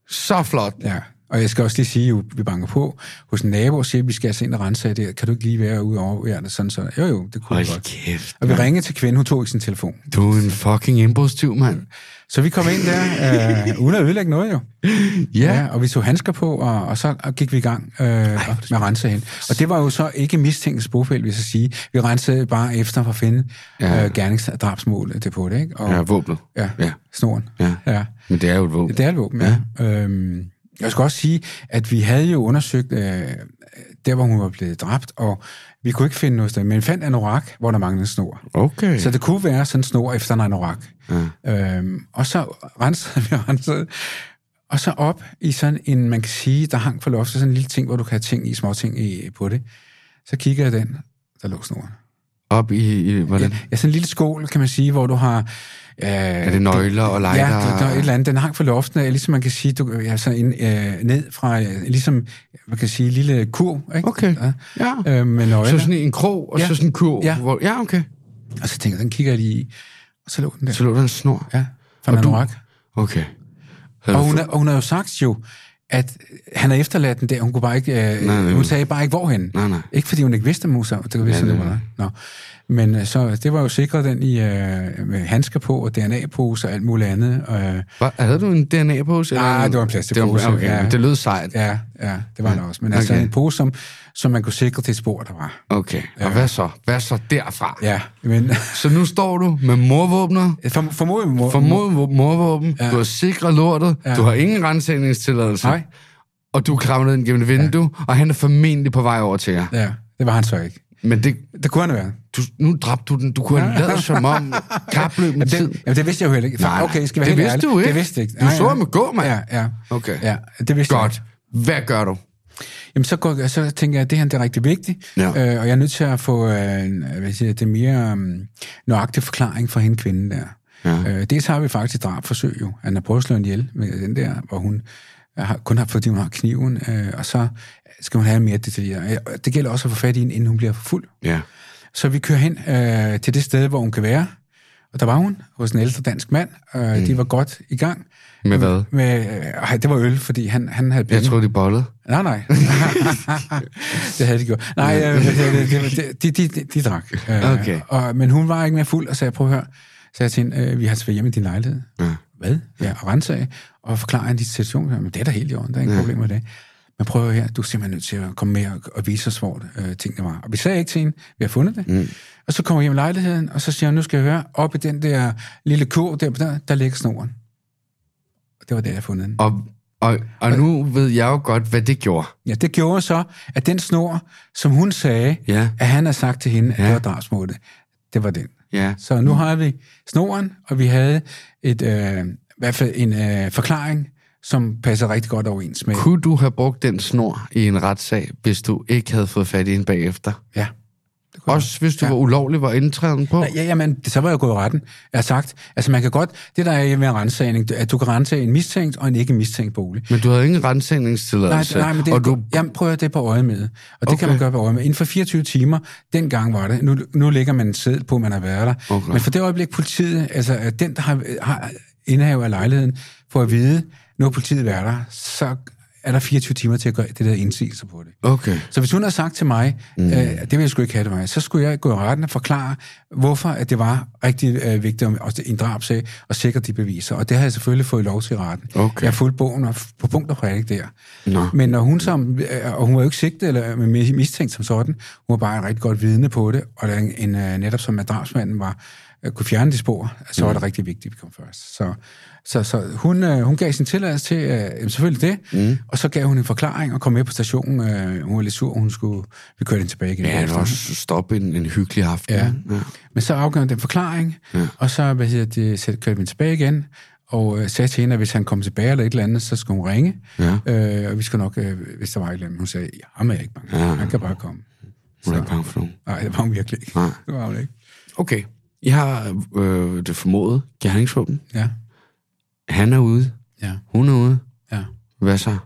A: så flot.
B: Ja, og jeg skal også lige sige, at vi banker på hos en nabo og siger, at vi skal altså ind og rense af det. her. Kan du ikke lige være ude over ja, det sådan så? Jo, jo, det kunne
A: Hold
B: jeg godt.
A: kæft.
B: Og vi ringede til kvinden, hun tog ikke sin telefon.
A: Du er en fucking impulsiv mand.
B: Så vi kom ind der, øh, uden at ødelægge noget jo.
A: Ja.
B: og vi tog handsker på, og, og så gik vi i gang øh, Ej, med at rense hende. Og det var jo så ikke mistænkens bogfæld, vil jeg så sige. Vi rensede bare efter for at finde ja.
A: Ja.
B: øh, gernings- og drabsmålet det på det, ikke? Og,
A: Ja, våbnet.
B: ja,
A: ja.
B: ja, snoren.
A: Ja.
B: ja.
A: Men det er jo et våben.
B: Det er et våben, ja. Øhm, jeg skal også sige, at vi havde jo undersøgt øh, der, hvor hun var blevet dræbt, og vi kunne ikke finde noget sted, men fandt anorak, hvor der manglede en snor.
A: Okay.
B: Så det kunne være sådan en snor efter en anorak. Ja. Øhm, og så rensede vi rensede, og så op i sådan en, man kan sige, der hang for loftet, sådan en lille ting, hvor du kan have ting i, små ting i, på det. Så kigger jeg den, der lå snoren.
A: Op i, i hvordan?
B: Ja, sådan en lille skål, kan man sige, hvor du har... Øh,
A: Er det nøgler og
B: Ja,
A: lighter?
B: der, der er et eller andet. Den hang fra loften af, ligesom man kan sige, du, ja, sådan en, øh, ned fra, øh, ligesom, man kan sige, en lille kurv, ikke?
A: Okay. Ja.
B: Ja. Øh, med nøgler.
A: Så sådan en krog, og
B: Ja.
A: så sådan en kurv.
B: Ja.
A: Hvor, ja, okay.
B: Og så tænker jeg, den kigger jeg lige i. Og så lå den der.
A: Så lå der en snor.
B: ja, fra
A: Og
B: og,
A: du-
B: du... og,
A: Okay. Havde du
B: hun
A: fået-
B: har, og hun har jo sagt jo, at han har efterladt den der. Hun, kunne bare ikke, øh,
A: Nej,
B: nej,
A: nej.
B: hun sagde bare ikke, hvorhen.
A: Nej, nej.
B: Ikke fordi hun ikke vidste, om hun så, det vidste
A: Ja,
B: ja,
A: det-
B: det var Nå. Men øh, så, det var jo sikret den i øh, med handsker på, og DNA-pose og alt muligt andet. Øh,
A: Hva, havde du en DNA-pose? eller
B: Nej, det var en plastikpose,
A: Det, var, okay.
B: ja.
A: men det lød sejt.
B: Ja, ja, det var ja. også. Men altså
A: Okay.
B: en pose, som, som man kunne sikre til et spor, der var.
A: Okay, og hvad så? Hvad så derfra?
B: Ja, men
A: Så nu står du med morvåbner,
B: for, formodet må...
A: formodet morvåben, ja. du har sikret lortet, ja. du har ingen rensningstilladelse,
B: Nej,
A: og du kravler ned gennem et vindue, ja. og han er formentlig på vej over til jer.
B: ja, det var han så ikke.
A: Men det,
B: Det kunne han være.
A: du, nu dræbte du den, du kunne have lavet som om kapløb med
B: Jamen
A: tid.
B: det, jamen, det vidste jeg jo heller ikke.
A: Nej,
B: Nej,
A: nej.
B: okay, skal vi
A: Det
B: helt
A: vidste
B: ærlig.
A: du ikke.
B: Det vidste jeg ikke.
A: Du så ham gå, mand.
B: Ja, ja.
A: Okay.
B: Ja, det vidste jeg
A: Godt. Hvad gør du?
B: Jamen, så, går, så tænker jeg, at det her det er rigtig vigtigt,
A: Ja.
B: øh, og jeg er nødt til at få øh, en, hvad siger, jeg, det mere um, nøjagtige forklaring fra hende kvinden der.
A: Ja.
B: Øh, dels har vi faktisk drabforsøg jo. Han har prøvet at slå hende ihjel med den der, hvor hun har, kun har, fordi hun har kniven, øh, og så skal hun have en mere detaljeret. Øh, Det gælder også at få fat i hende, inden hun bliver for fuld.
A: Ja.
B: Så vi kører hen øh, til det sted, hvor hun kan være, og der var hun hos en ældre dansk mand. Øh, mm. De var godt i gang.
A: Med hvad?
B: Med, øh, ej, det var øl, fordi han, han havde
A: Jeg
B: penge.
A: tror de bollede.
B: Nej, nej. det havde de gjort. Nej, øh, det, det, det, det, de, de, de, de drak. Øh,
A: Okay.
B: Og, men hun var ikke mere fuld, og sagde, prøv at høre, sagde jeg til hende, øh, vi har altså været hjemme i din lejlighed.
A: Ja.
B: Hvad? Ja, og rense af, og forklare hende din situation. Men det er da helt i orden, der er ingen ja. problem med det. Men prøv at høre her, du er simpelthen nødt til at komme med og, og vise os, hvor øh, tingene var. Og vi sagde ikke til hende, vi har fundet det. Mm. Og så kommer jeg hjem i lejligheden, og så siger hun, nu skal jeg høre, op i den der lille kurv, der, der, der ligger snoren. Og det var der, jeg fundet den.
A: Og, og, og nu ved jeg jo godt, hvad det gjorde.
B: Ja, det gjorde så, at den snor, som hun sagde,
A: Ja.
B: at han har sagt til hende, at ja.
A: Ja.
B: det var drabsmålet, det var den.
A: Ja.
B: Så nu har vi snoren, og vi havde et, øh, i hvert fald en øh, forklaring, som passer rigtig godt overens med.
A: Kunne du have brugt den snor i en retssag, hvis du ikke havde fået fat i en bagefter?
B: Ja, det det kunne
A: Også hvis du ja. var ulovlig, var indtræden på?
B: Ja, ja, men så var jeg gået i retten. Jeg har sagt, altså man kan godt, det der er med rensagning, at du kan rense en mistænkt og en ikke mistænkt bolig.
A: Men du havde ingen rensagningstilladelse.
B: Nej, nej, men det,
A: og du,
B: jamen, prøv at det på øje med. Og det okay. kan man gøre på øje med. Inden for 24 timer, dengang var det. Nu, nu lægger man en seddel på, at man har været der.
A: Okay.
B: Men for det øjeblik, politiet, altså at den, der har, har indhavet af lejligheden, får at vide, nu har politiet været der, så er der 24 timer til at gøre det der indsigelse på det.
A: okay.
B: Så hvis hun havde sagt til mig, mm. øh, det vil jeg sgu ikke have, det var, så skulle jeg gå i retten og forklare, hvorfor at det var rigtig øh, vigtigt om, også i en drabsag at sikre de beviser. Og det har jeg selvfølgelig fået lov til i retten.
A: Okay.
B: Jeg har fulgt bogen og f- på punkt og prik der.
A: Nå.
B: Men når hun som, øh, og hun var jo ikke sigtet eller mi- mistænkt som sådan, hun var bare et rigtig godt vidne på det, og der en, en, øh, netop som at drabsmanden var, øh, kunne fjerne de spor, så
A: Mm.
B: var det rigtig vigtigt, at vi kom først. Så, så, så hun, øh, hun gav sin tilladelse til øh, jamen, selvfølgelig det, mm. og så gav hun en forklaring og kom med på stationen. Øh, hun var lidt sur, hun skulle, vi kørte hende tilbage igen.
A: Ja, det var også stoppe en, en hyggelig aften.
B: Ja.
A: ja.
B: Men så afgav han den forklaring, ja. og så, hvad hedder det, så kørte vi hende tilbage igen, og øh, sagde til hende, at hvis han kom tilbage eller et eller andet, så skulle hun ringe.
A: Ja.
B: Øh, og vi skal nok, øh, hvis der var et eller andet. Hun sagde, ja, ham er jeg ikke bange.
A: Ja.
B: Ja. Han kan bare komme.
A: Hun er ikke bange for nogen.
B: Nej, det var hun virkelig ikke.
A: Nej.
B: Det var hun ikke.
A: Okay. I har øh, det formodet, gerningsvåben.
B: Ja,
A: Han er ude.
B: ja,
A: Hun er ude.
B: ja.
A: Hvad så?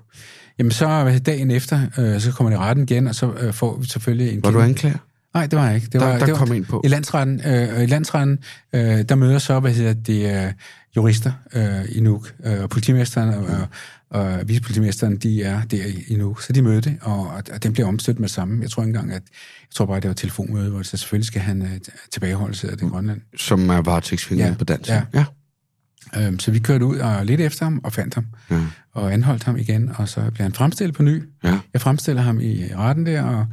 B: Jamen så hvad, dagen efter, øh, så kommer det i retten igen, og så øh, får vi selvfølgelig en
A: Var du
B: kende-
A: anklager?
B: Nej, det var jeg ikke. Det
A: Der-
B: var,
A: der
B: det var,
A: kom en på.
B: I landsretten, øh, og i landsretten øh, der møder så, hvad hedder det, øh, jurister øh, i Nuuk, øh, og politimesteren og, og, og vicepolitimesteren, de er der i, i Nuuk, så de mødte, og, og, og den bliver omstødt med det samme. Jeg tror ikke engang, at, jeg tror bare, det var et telefonmøde, hvor så selvfølgelig skal han øh, tilbageholdelse
A: Mm.
B: af det i Grønland.
A: Som er varetægtsfængslet
B: Ja.
A: på dansk.
B: Ja.
A: ja.
B: Øhm, så vi kørte ud og lidt efter ham, og fandt ham,
A: Ja.
B: og anholdt ham igen, og så blev han fremstillet på ny.
A: ja.
B: Jeg fremstiller ham i retten der, og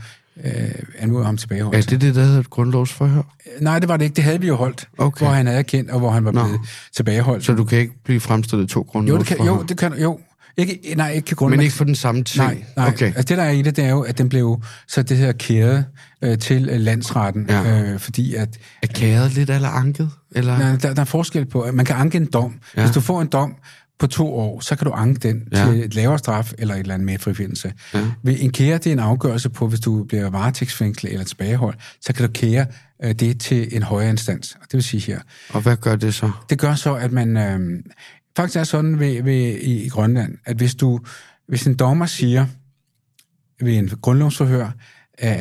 B: øh, anmoder ham tilbageholdt.
A: Er det det, der hedder et grundlovsforhør?
B: Nej, det var det ikke. Det havde vi jo holdt,
A: Okay.
B: hvor han havde kendt, og hvor han var
A: Nå.
B: blevet tilbageholdt.
A: Så du kan ikke blive fremstillet i to
B: jo, det kan,
A: grundlovsforhør?
B: jo, det kan, jo. Ikke, nej, ikke grundlag.
A: Men ikke for den samme ting?
B: Nej, nej.
A: Okay.
B: Altså, det der er i det, det er jo, at den blev så det her kæret øh, til øh, landsretten,
A: Ja.
B: ja. øh, fordi at
A: Er kæret lidt eller anket? Eller?
B: der, der, der er forskel på, at man kan anke en dom.
A: Ja.
B: Ja. Hvis du får en dom på to år, så kan du anke den
A: Ja.
B: ja. til et lavere straf eller et eller andet mere frifindelse. Ja. Ved en kære, det er en afgørelse på, hvis du bliver varetægtsfængslet eller tilbageholdt, så kan du kære øh, det til en højere instans. Og det vil sige her,
A: Og hvad gør det så?
B: det gør så, at man... Øh, faktisk er sådan ved, ved, i, i Grønland, at hvis du hvis en dommer siger ved en grundlovsforhør, øh,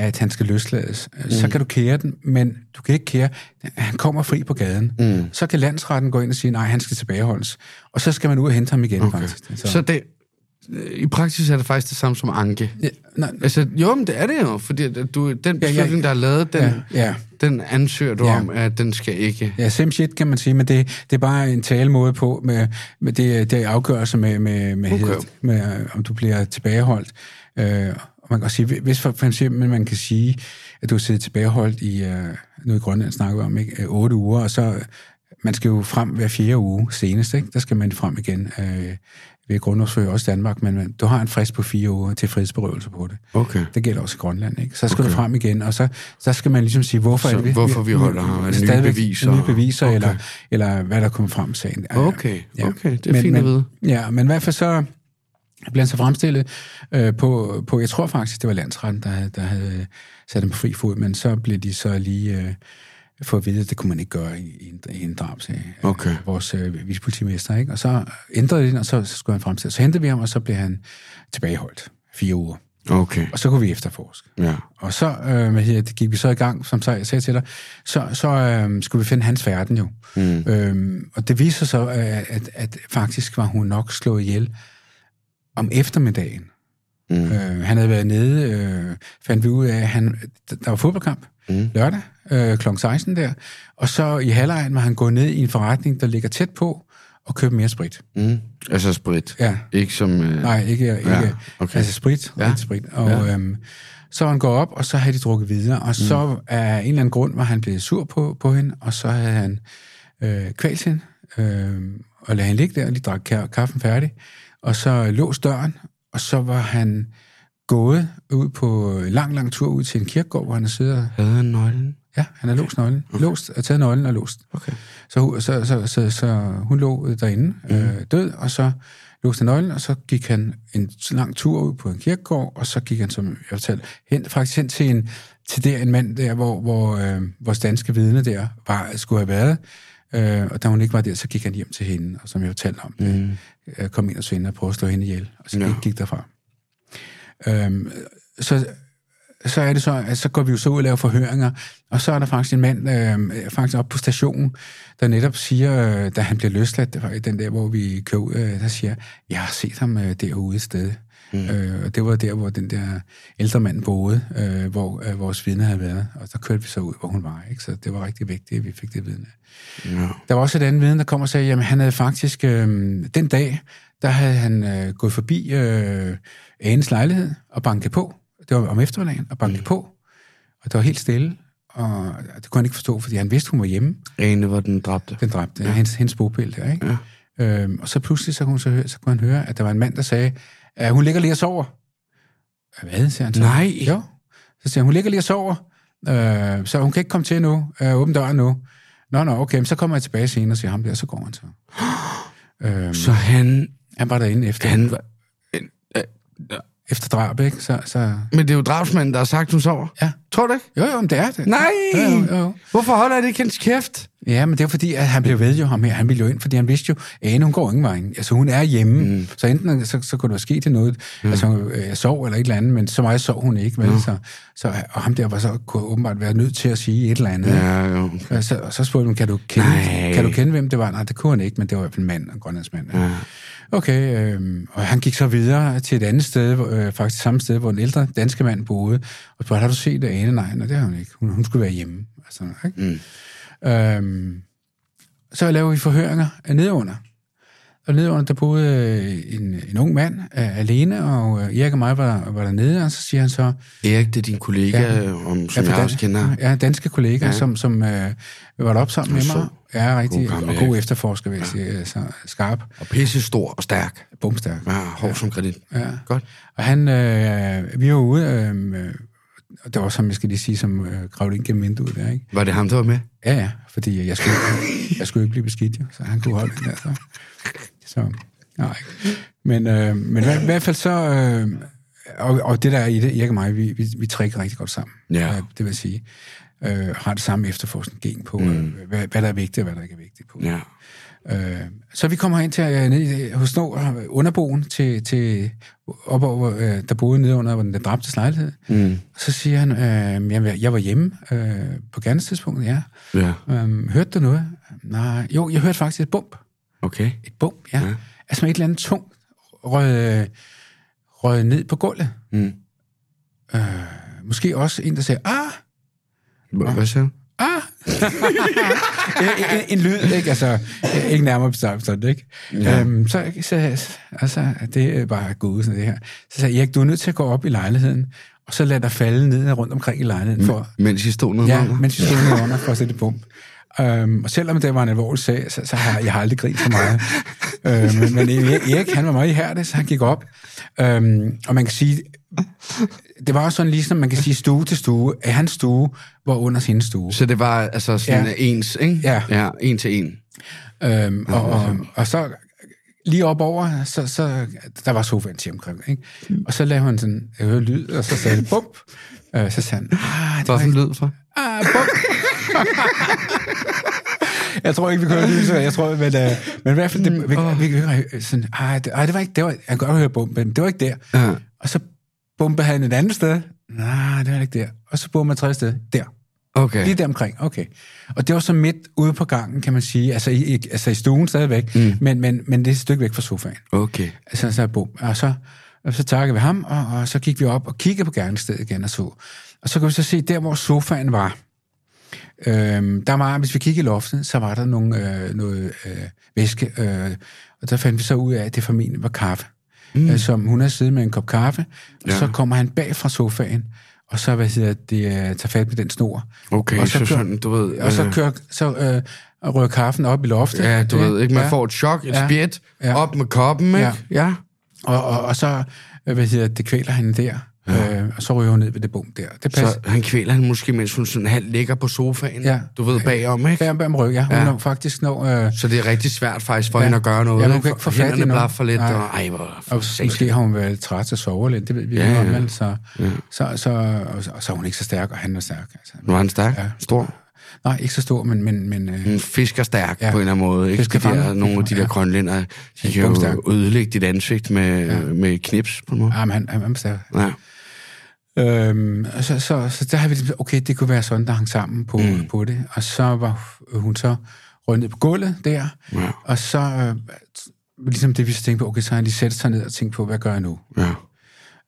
B: at han skal løslades, mm. så kan du kære den, men du kan ikke kære, at han kommer fri på gaden. Mm. Så kan landsretten gå ind og sige, nej, han skal tilbageholdes. Og så skal man ud og hente ham igen, okay. faktisk.
A: Så, så det, i praksis er det faktisk det samme som anke?
B: ja, nej,
A: Altså, jo, men det er det jo, fordi at- at du, den beslutning, der er lavet, den,
B: ja, ja.
A: den ansøger du
B: Ja.
A: om, at den skal ikke...
B: Ja, same shit, kan man sige, men det, det er bare en talemåde på, med, med det, det er afgørelse med, med, med,
A: Okay.
B: okay. med, øh, om du bliver tilbageholdt. Øh, og man kan også sige, hvis for, for eksempel man kan sige, at du har siddet tilbageholdt i, øh, nu i Grønland snakker vi om, ikke, øh, otte uger, og så øh, man skal jo frem hver fjerde uge senest, ikke? der skal man frem igen øh, ved grundlovsfører, også i Danmark, men man, du har en frist på fire uger til frihedsberøvelse på det.
A: Okay.
B: Det gælder også i Grønland, ikke? Så skal okay. du frem igen, og så, så skal man ligesom sige, hvorfor,
A: Så
B: er det,
A: hvorfor vi holder ham? Er det nye
B: Stadigvæk
A: beviser?
B: Nye beviser,
A: Okay.
B: okay. eller, eller hvad der kommer frem i sagen. Ja, ja.
A: Okay, okay, det er fint at vide.
B: Men, ja, men i hvert fald så blev han så fremstillet øh, på, på, jeg tror faktisk, det var landsretten, der, havde- der havde øh, sat ham på fri fod, men så blev de så lige øh, for at vide, at det kunne man ikke gøre i, i, en, i en drabsag.
A: Okay.
B: Vores øh, vicepolitimester, ikke? Og så ændrede det, og så, så skulle han fremstillet. Så hentede vi ham, og så blev han tilbageholdt fire uger.
A: Okay,
B: Og så kunne vi efterforske.
A: ja.
B: Og så øh, hvad hedder det, gik vi så i gang, som så jeg sagde til dig, så, så øh, skulle vi finde hans verden jo. Mm. Øhm, og det viser så, øh, at, at faktisk var hun nok slået ihjel om eftermiddagen. Mm. Øh, han havde været nede, øh, fandt vi ud af, at han, der var fodboldkamp mm. lørdag øh, kl. 16 der, og så i halvlejen var han gået ned i en forretning, der ligger tæt på, og købte mere sprit.
A: Mm. Altså sprit.
B: Ja.
A: Ikke som... Øh,
B: Nej, ikke, ikke
A: Ja, okay.
B: okay. altså sprit,
A: Ja.
B: ja. sprit. Og ja. øhm, så han går op, og så havde de drukket videre, og så af en eller anden grund var han blevet sur på, på hende, og så havde han øh, kvalt hende, øh, og lagde hende ligge der, og lige drak ka- kaffen færdig, og så låste døren, og så var han gået ud på en lang, lang tur ud til en kirkegård, hvor han sidder
A: Havde han nøglen?
B: Ja, han har låst nøglen. Okay. Låst, og taget nøglen og låst.
A: Okay.
B: Så, hun- så, så, så, så hun lå øh, derinde, mm. øh, død, og så låste nøglen, og så gik han en lang tur ud på en kirkegård, og så gik han, som jeg fortalte, hen, faktisk hen til, en, til der en mand der, hvor, hvor øh, vores danske vidne der var, skulle have været. Øh, og da hun ikke var der, så gik han hjem til hende, og som jeg fortalte om, mm. øh, kom ind og så hende og prøvede at slå hende ihjel, og så
A: Nå.
B: gik, gik derfra. Øhm, så, så er det så, at så går vi jo så ud og laver forhøringer, og så er der faktisk en mand, øh, faktisk op på stationen, der netop siger, øh, da han bliver løsladt, det var i den der, hvor vi kører ud, øh, der siger, jeg har set ham øh, derude et sted. Mm. Øh, og det var der, hvor den der ældre mand boede, øh, hvor øh, vores vidne havde været, og så kørte vi så ud, hvor hun var. Ikke? Så det var rigtig vigtigt, at vi fik det vidne.
A: Ja.
B: Der var også et andet vidne, der kom og sagde, at han havde faktisk, øh, den dag, der havde han øh, gået forbi øh, Anes lejlighed og banket på. Det var om eftermiddagen, og banket mm. på. Og det var helt stille, og det kunne han ikke forstå, fordi han vidste, hun var hjemme,
A: Ane var den dræbte.
B: den dræbte, ja. hendes, hendes bogpæl der, ikke? Ja. Øhm, og så pludselig, så kunne, hun så, høre, så kunne han høre, at der var en mand, der sagde, at hun ligger lige og sover. Hvad, siger han så?
A: Nej.
B: Jo. Så siger han, hun ligger lige og sover, øh, så hun kan ikke komme til nu, øh, åbne døren nu. Nå, nå, okay, men så kommer jeg tilbage senere og siger ham der, så går han så. øhm,
A: Så han,
B: han var derinde efter,
A: han var...
B: efter drab, ikke? Så, så,
A: Men det er jo drabsmanden, der har sagt, hun sover.
B: ja.
A: Tror du ikke?
B: Jo, jo, men det er det.
A: Nej!
B: Jo, jo, jo.
A: Hvorfor holder han ikke hendes kæft?
B: Ja, men det er fordi, at han blev ved jo ham her. Han ville jo ind, fordi han vidste jo, at Ane, hun går ingen vej. ind. Altså, hun er hjemme. Mm. Så enten så, så kunne der ske til noget, mm. altså, øh, jeg sov eller et eller andet, men så meget sov hun ikke. Vel? Mm. Så, så, og ham der var så, kunne åbenbart være nødt til at sige et eller andet.
A: Ja, jo.
B: Og så, og så spurgte hun, kan du, kende,
A: Nej.
B: kan du kende, hvem det var? Nej, det kunne han ikke, men det var i hvert fald en mand, en grønlandsmand. Ja. Okay, øh, og han gik så videre til et andet sted, hvor, øh, faktisk samme sted, hvor en ældre danske mand boede, og spurgte, har du set Ane? Nej, nej, det har hun ikke. Hun, hun skulle være hjemme. Altså, ikke? Mm. Øhm, så laver vi forhøringer af nedunder. Og nedunder, der boede øh, en, en ung mand øh, alene, og øh, Erik og mig var, var dernede, og så siger han så,
A: Erik, det er din kollega, ja. om, som ja,
B: for
A: jeg
B: dan-
A: også kender.
B: Ja, danske kolleger, ja. som, som øh, var der op sammen med mig.
A: sød.
B: Ja, rigtig.
A: God gammel
B: og god efterforsker, vil jeg sige. øh, Så skarp,
A: Og pisse stor og stærk.
B: bumstærk.
A: Ja, hård ja. som kredit. Ja. Godt.
B: Og han, øh, vi var ude, øh, øh, og det var som, jeg skal lige sige, som øh, gravede ind gennem vinduet der, ikke?
A: Var det ham, der var med?
B: Ja, ja, fordi jeg skulle, jeg skulle ikke blive beskidt, jo, så han kunne holde den der. Så, så nej. Men, øh, men i hvert fald så... Øh, og, og det der er i det, Erik og mig, vi, vi, vi trækker rigtig godt sammen.
A: Ja.
B: Det vil sige, øh, har det samme efterforskende gen på, mm. øh, hvad, hvad der er vigtigt og hvad der ikke er vigtigt på.
A: Ja.
B: Øh, så vi kommer ind til øh, ned i- hos Nå, øh, underboen til, til op over, øh, der boede nede under hvor den der dræbte lejlighed. Mm. Så siger han, øh, jeg, var- jeg var hjemme øh, på gerne tidspunkt, ja.
A: Ja,
B: Øhm, hørte du noget? Nej. Jo, jeg hørte faktisk et bump.
A: okay.
B: Et bump, ja. ja. Altså med et eller andet tungt røg, røg ned på gulvet.
A: Mm.
B: Øh, måske også en, der sagde, ah,
A: Hva- Hvad siger du?
B: ah. en, en, en lyd, ikke? Altså, ikke nærmere bestemt sådan, ikke? Ja. Øhm, så, så, altså, det er bare gået sådan det her. Så sagde jeg, Erik, du er nødt til at gå op i lejligheden, og så lad dig falde ned rundt omkring i lejligheden, for,
A: Mens I stod nede
B: Ja,
A: under?
B: mens vi stod nede under for at sætte et bump. Øhm, og selvom det var en alvorlig sag, så, så har jeg, jeg har aldrig grint så meget. øhm, men- men Erik, han var meget ihærdig, så han gik op. Øhm, og man kan sige, det var også sådan ligesom, man kan sige stue til stue, at hans stue var under sin stue.
A: Så det var altså sådan
B: Ja.
A: ja. ens, ikke?
B: Ja.
A: Ja, en til en.
B: Øhm, og, og, og så lige op over, så, så der var sofaen til omkring, ikke? Og så lavede han sådan, jeg hørte lyd, og så sagde han, bump. Øh, så sagde han, ah, det
A: Hvad for en lyd fra?
B: Ah, bum. jeg tror ikke, vi kunne høre lyset, jeg tror, men, øh, men i hvert fald, det, vi, vi, vi, vi, sådan, ej, det, ej, det var ikke, det var, jeg kunne godt høre bomben, men det var ikke der.
A: Ja.
B: Og så bombe han et andet sted. Nej, det var ikke der. Og så bombe han et tredje sted. Der.
A: Okay.
B: Lige der omkring, okay. Og det var så midt ude på gangen, kan man sige. Altså i, i, altså i stuen stadigvæk, mm. men, men, men det er et stykke væk fra sofaen.
A: Okay.
B: Så, så bum. Og så, og så takkede vi ham, og, og så gik vi op og kiggede på gerningsstedet igen og så. Og så kunne vi så se, der hvor sofaen var, øhm, der var, hvis vi kiggede i loftet, så var der nogle, øh, noget øh, væske, øh, og der fandt vi så ud af, at det formentlig var kaffe. Mm. Som hun har siddet med en kop kaffe, og ja.
A: Ja.
B: så kommer han bag fra sofaen, og så, hvad hedder det, øh, tager fat på den snor.
A: Okay,
B: og
A: så,
B: kører-
A: sådan, du ved...
B: Og så
A: øh,
B: kører, så øh, rører kaffen op i loftet.
A: Ja, du ved ikke, man får et chok, et
B: Ja.
A: spjæt,
B: Ja.
A: op med koppen, ikke?
B: Ja. ja. Og, og, og så, øh, hvad hedder det, kvæler han der. Ja. Øh, og så ryger hun ned ved det bum der. Det passer.
A: Så han kvæler hende måske, mens hun sådan halvt ligger på sofaen,
B: Ja.
A: du ved, bagom, ikke?
B: Bærer om ryggen, ja. Hun
A: Ja.
B: når faktisk når... Øh,
A: Så det er rigtig svært faktisk for
B: Ja.
A: hende at gøre noget.
B: Ja, hun
A: ikke?
B: kan ikke få fat i
A: Hænderne
B: noget.
A: blaffer for lidt,
B: Nej.
A: og ej, hvor
B: og
A: for satan.
B: måske har hun været træt og sover lidt, det ved vi ikke
A: Ja,
B: noget om,
A: ja.
B: vel? så, så, så, og, så, og så er hun ikke så stærk, og han er stærk. Altså.
A: Nu er han stærk,
B: Ja.
A: ja. stor.
B: Nej, ikke så stor, men, men, men øh,
A: Han fisker stærk
B: Ja.
A: ja. på en eller anden måde. Ikke?
B: Fisker
A: De der,
B: fanger.
A: nogle af de der
B: Ja.
A: ja. grønlænder, de kan
B: bomstærk.
A: jo ødelægge dit ansigt med, ja. med et knips på en måde.
B: ah, men han, han han er stærk.
A: Ja.
B: Øhm, og så, så, så der har vi ligesom, okay, det kunne være sådan, der hang sammen på, mm. på det. Og så var hun så røget ned på gulvet der,
A: Ja.
B: og så øh, ligesom det, vi så tænkte på, okay, så har de sat sig ned og tænkt på, hvad gør jeg nu?
A: ja.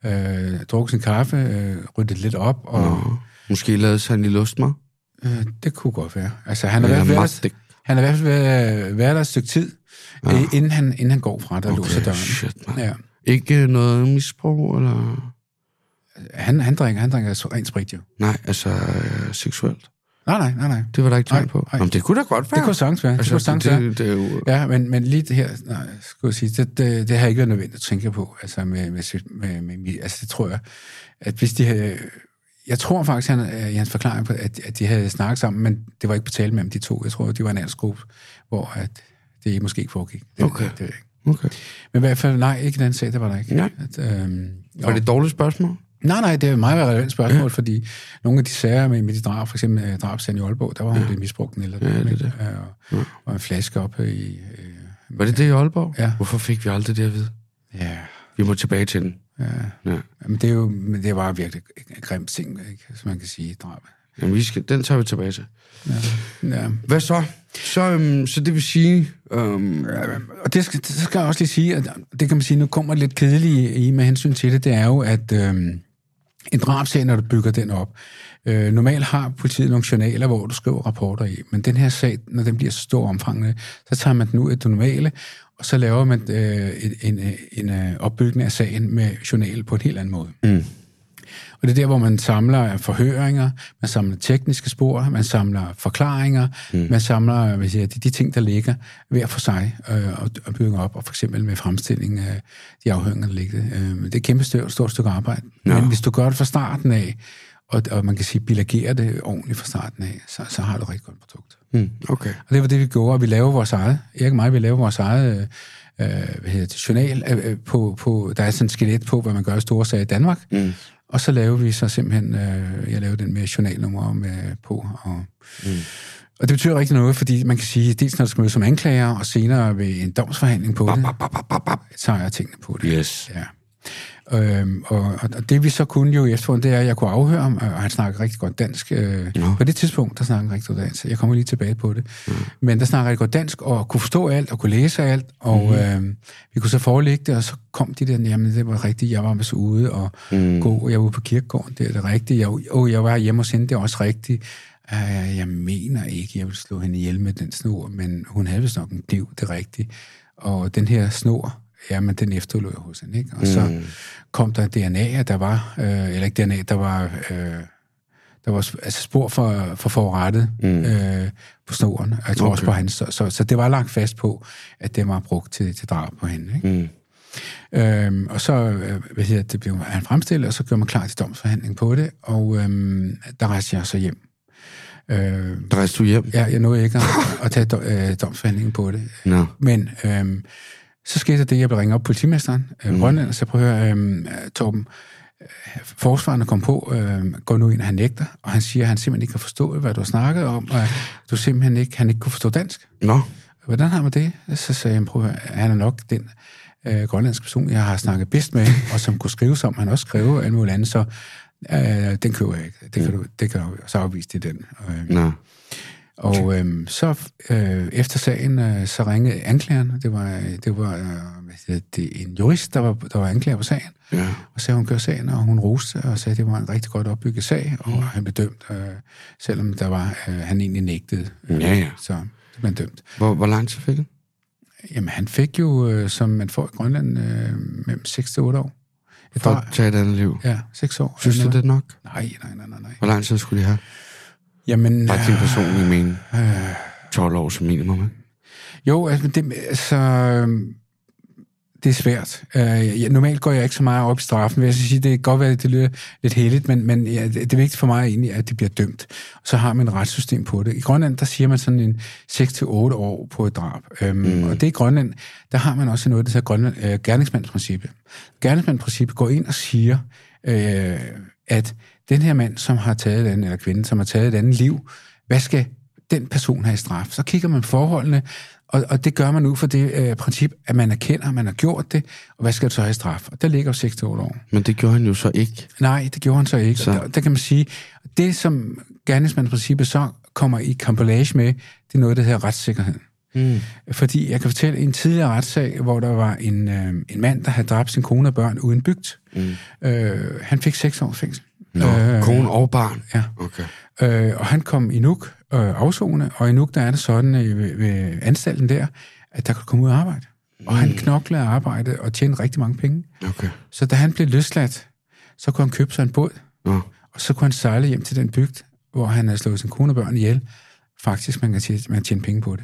B: Øh, drukket sin kaffe, øh, ryddet lidt op, og
A: Og måske lavede sig en lille ostmad.
B: øh, det kunne godt være. Altså, han har
A: Eller
B: været, været,
A: magtdæk.
B: han har i hvert fald været, øh, været der et stykke tid, ja. øh, inden, han, inden han går fra der og okay, låser
A: Okay,
B: døren.
A: shit, man.
B: Ja.
A: Ikke øh, noget misbrug, eller...
B: Han, han drikker, han drikker så rent sprit, jo.
A: Nej, altså øh, seksuelt.
B: Nej, nej, nej, nej.
A: Det var der ikke tegn
B: Nej,
A: på.
B: nej.
A: Jamen, det kunne da godt være.
B: Det kunne sagtens være. det kunne
A: altså,
B: sagtens
A: det,
B: være.
A: det, det, er jo...
B: Ja, men, men lige det her, nej, skulle jeg sige, det, det, det har ikke været nødvendigt at tænke på, altså, med, med, med, med, med altså det tror jeg, at hvis de havde, jeg tror faktisk, han, øh, i hans forklaring, på, at, at de havde snakket sammen, men det var ikke på tale mellem de to. Jeg tror, de var en aldersgruppe, hvor at det måske ikke foregik. Det,
A: Okay.
B: Det, det, ved jeg ikke.
A: Okay.
B: men i hvert fald, nej, ikke den anden sag, der var der ikke.
A: Nej.
B: At, øhm,
A: Var
B: og-
A: det et dårligt spørgsmål?
B: Nej, nej, det er et meget relevant spørgsmål, ja. fordi nogle af de sager med, med de drab, for eksempel øh, drabsagen i Aalborg, der var hun ja. blevet misbrugt den eller
A: Ja, det er
B: det. Og, og en flaske op i... Øh,
A: Var det det i Aalborg?
B: Ja.
A: Hvorfor fik vi aldrig det at vide?
B: ja,
A: Vi må tilbage til den. Ja. ja.
B: men det er jo men det var virkelig en grim ting, ikke? som man kan sige, drab.
A: Jamen, vi skal, den tager vi tilbage til.
B: Ja.
A: Hvad så? Så, øhm, så det vil sige... Øhm,
B: Og det skal, det skal jeg også lige sige, at det kan man sige, nu kommer det lidt kedelige i med hensyn til det, det er jo, at øh, en drabsag, når du bygger den op, øh, normalt har politiet nogle journaler, hvor du skriver rapporter i, men den her sag, når den bliver så stor og omfangende, så tager man den ud af det normale, og så laver man øh, en, en, øh, en øh, opbygning af sagen med journal på en helt anden måde.
A: Mm.
B: Og det er der, hvor man samler forhøringer, man samler tekniske spor, man samler forklaringer, mm. man samler hvad siger, jeg, de, de ting, der ligger hver for sig øh, og, og bygger op, og for eksempel med fremstilling af de afhøringer, der ligger. Øh, det er et kæmpe stort, stort stykke arbejde. Ja.
A: Ja.
B: Men hvis du gør det fra starten af, og, og man kan sige, bilagerer det ordentligt fra starten af, så, så har du et rigtig godt produkt.
A: mm, okay.
B: Og det var det, vi gjorde, og vi lavede vores eget. Erik og mig, vi lavede vores eget øh, øh, hvad hedder det, journal. Øh, øh, på, på, der er sådan et skelet på, hvad man gør i store sager i Danmark.
A: Hmm.
B: Mm. Og så lavede vi så simpelthen, øh, jeg lavede den med journalnummer med, på. Og, mm. og det betyder rigtig noget, fordi man kan sige, dels når du skal møde som anklager, og senere ved en domsforhandling på det,
A: Bap, bap, bap, bap.
B: så er tingene på det.
A: Yes.
B: Ja. Øhm, og, og- og det vi så kunne jo i efterhånden, det er, at jeg kunne afhøre ham, og han snakker rigtig godt dansk. Øh,
A: Nå.
B: På det tidspunkt, der snakker han rigtig godt dansk. Jeg kommer lige tilbage på det. Mm. Men der snakker rigtig godt dansk, og kunne forstå alt, og kunne læse alt, og mm. øh, vi kunne så forelægge det, og så kom de der, jamen det var rigtigt, jeg var med så ude, og mm. gå, jeg var ude på kirkegården, det er det rigtige, jeg, oh, jeg var hjemme hos hende, det er også rigtigt. Uh, jeg mener ikke, jeg ville slå hende ihjel med den snor, men hun havde vist nok en kniv, det er rigtigt. Og den her snor, ja, men den efterlod jeg hos hende, ikke? Og så kom der DNA, at der var, øh, eller ikke DNA, der var, øh, der var sp- altså spor for, for forurettet mm. øh, på snoren, og jeg tror okay. også på hans, så, så, så det var lagt fast på, at det var brugt til, til drab på hende, ikke?
A: Mm.
B: Øhm, og så øh, hvad hedder, det, det blev han fremstillet, og så gjorde man klar til domsforhandling på det, og øhm, der rejste jeg så hjem. Øh,
A: Der rejste du hjem?
B: ja, jeg nåede ikke at, at tage do, øh, domsforhandlingen på det.
A: Nå.
B: Men øhm, så skete der det, jeg blev ringet op af politimesteren, øh, Grønland, og så prøver at høre, øhm, øh, Torben, øh, forsvarende kom på, øh, går nu ind, og han nægter, og han siger, at han simpelthen ikke har forstået, hvad du har snakket om, og at du simpelthen ikke, han ikke kunne forstå dansk.
A: Nå.
B: Hvordan har man det? Så sagde jeg, prøv at høre, han er nok den øh, grønlandske person, jeg har snakket bedst med, og som kunne skrive som han også skrev og alt muligt andet, så øh, den køber jeg ikke. Det kan du, det kan du så afvise det den. Øh,
A: Nå.
B: og øh, så øh, efter sagen, øh, så ringede anklageren, det var, det var øh, hvad hedder det, en jurist, der var, der var anklager på sagen,
A: Ja.
B: og sagde, hun kører sagen, og hun roste, og sagde, at det var en rigtig godt opbygget sag, og
A: Mm.
B: han blev dømt, øh, selvom der var, øh, han egentlig nægtede. Øh,
A: Ja, ja.
B: Så blev han dømt.
A: Hvor, hvor lang tid fik det?
B: Jamen, han fik jo, øh, som man får i Grønland, øh, mellem 6 til 8 år. Jeg
A: For
B: tror,
A: at tage et andet liv.
B: ja, 6 år.
A: Synes du,
B: Eller
A: det er nok?
B: noget. Nej, nej, nej, nej, nej.
A: Hvor lang tid skulle de have?
B: Jamen,
A: Bare din
B: øh,
A: personlige mening. 12 år som minimum, ikke?
B: jo, altså, det, altså, øh, øhm, det er svært. Øh, jeg, normalt går jeg ikke så meget op i straffen, vil jeg så sige. Det kan godt være, at det lyder lidt heldigt, men, men ja, det, det er vigtigt for mig egentlig, at det bliver dømt. Og så har man et retssystem på det. I Grønland, der siger man sådan en 6-8 år på et drab. Øhm, mm. Og det i Grønland, der har man også noget, der hedder Grønland, øh, gerningsmandsprincippet. Gerningsmandsprincippet går ind og siger, øh, at den her mand, som har taget et andet, eller kvinde, som har taget et andet liv, hvad skal den person have i straf? Så kigger man forholdene, og, og det gør man ud fra det øh, princip, at man erkender, at man har gjort det, og hvad skal du så have i straf? Og der ligger jo 6 år.
A: Men det gjorde han jo så ikke.
B: Nej, det gjorde han så ikke.
A: Så-
B: Så. Der, der kan man sige, det som gerningsmandsprincippet så kommer i kampolage med, det er noget, der hedder retssikkerhed.
A: Mm.
B: Fordi jeg kan fortælle en tidligere retssag, hvor der var en, øh, en mand, der havde dræbt sin kone og børn uden bygt. Mm. Øh, han fik 6 års fængsel.
A: Hmm. Nå, øh, kone og barn.
B: Ja.
A: Okay.
B: Øh, og han kom i Nuuk øh, afzone, og i Nuuk der er det sådan øh, ved, ved anstalten der, at der kunne komme ud og arbejde. Og han knoklede og arbejdede og tjente rigtig mange penge.
A: Okay.
B: Så da han blev løsladt, så kunne han købe sig en båd,
A: Nå.
B: og så kunne han sejle hjem til den bygd, hvor han havde slået sin kone og børn ihjel. Faktisk, man kan tjene, man kan tjene penge på det.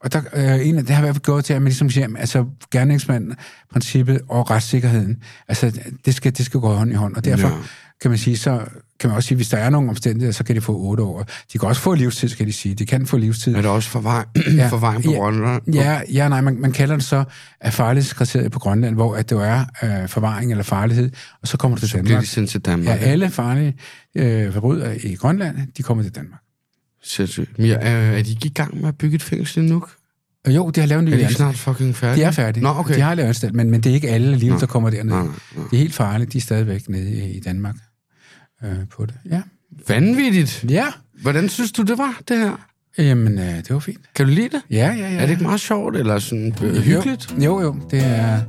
B: Og der, øh, en af, det har i hvert fald gjort til, at man ligesom siger, jamen, altså gerningsmanden, princippet og retssikkerheden, altså det skal, det skal gå hånd i hånd, og derfor
A: Ja.
B: ja. kan man sige, så kan man også sige, hvis der er nogle omstændigheder, så kan de få otte år. De kan også få livstid, skal de sige. De kan få livstid.
A: Er der også forvaring, ja.
B: Ja.
A: forvaring på
B: Ja.
A: Grønland?
B: Ja, ja nej, man, man kalder det så af farlighedskriteriet på Grønland, hvor at det jo er øh, forvaring eller farlighed, og så kommer det til
A: Bliver
B: Danmark.
A: de sendt til Danmark?
B: Ja, alle farlige øh, forbrydere i Grønland, de kommer til Danmark.
A: Sindssygt. Men er, er de ikke i gang med at bygge et fængsel endnu?
B: Og jo, de har lavet en ny
A: Er de ikke
B: anstalt.
A: snart fucking færdige?
B: De er færdige.
A: Nå, okay.
B: De har lavet anstalt, men, men det er ikke alle liv, der kommer derned.
A: Nej, nej, nej.
B: Det er helt farligt, de er stadigvæk nede i, i Danmark øh, på det. Ja.
A: Vanvittigt.
B: ja.
A: Hvordan synes du, det var, det her?
B: Jamen, øh, det var fint.
A: Kan du lide det?
B: Ja, ja, ja.
A: Er det ikke meget sjovt, eller sådan øh,
B: Jo.
A: hyggeligt?
B: Jo, jo, det er...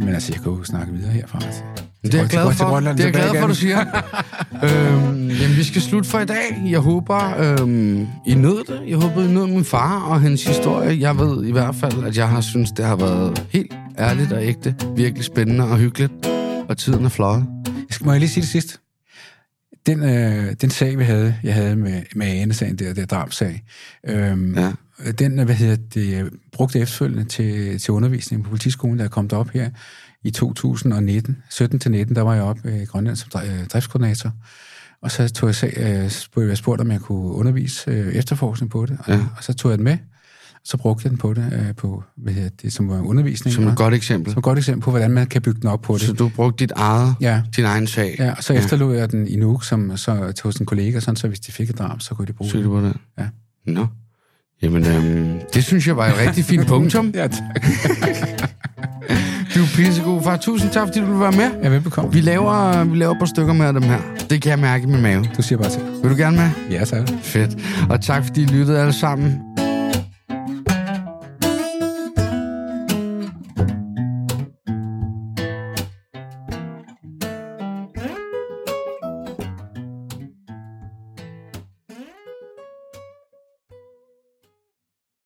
B: Men altså, jeg kan jo snakke videre herfra. altså.
A: Det er jeg glad for, det er jeg glad for du siger. øhm, jamen, vi skal slutte for i dag. Jeg håber, øhm, I nød det. Jeg håber, I nød min far og hans historie. Jeg ved i hvert fald, at jeg har synes det har været helt ærligt og ægte. Virkelig spændende og hyggeligt. Og tiden er fløjet.
B: Jeg skal, må jeg lige sige det sidst? Den, øh, den sag, vi havde, jeg havde med, med Ane-sagen der, der drabsag, øhm,
A: Ja.
B: ja. den, øh, hvad hedder det, øh, brugte efterfølgende til, til undervisning på politiskolen, der er kommet op her i 2019, 17 til 19, der var jeg op øh, i Grønland som dri- øh, driftskoordinator, og så tog jeg, sag, øh, spurgte, jeg spurgte, om jeg kunne undervise øh, efterforskning på det, og,
A: Ja.
B: ja. og så tog jeg den med, og så brugte jeg den på det, øh, på, hvad hedder det, som var undervisning,
A: Som
B: og,
A: et godt eksempel.
B: som et godt eksempel på, hvordan man kan bygge den op på det.
A: Så du brugte dit eget,
B: ja.
A: din egen sag.
B: Ja, og så efterlod jeg den i Nuuk som, så, til hos en kollega, sådan, så hvis de fik et drab, så kunne de bruge
A: Så
B: det.
A: Uh. du på det?
B: Ja.
A: Nå. Jamen, øhm, det synes jeg var et rigtig fint punktum.
B: Ja, tak.
A: Du er pissegod, far. Tusind tak, fordi du ville være med.
B: Ja, velbekomme.
A: Vi laver, vi laver et par stykker med af dem her. Det kan jeg mærke i min mave.
B: Du siger bare til.
A: Vil du gerne med?
B: Ja, tak.
A: Fedt. Og tak, fordi I lyttede alle sammen.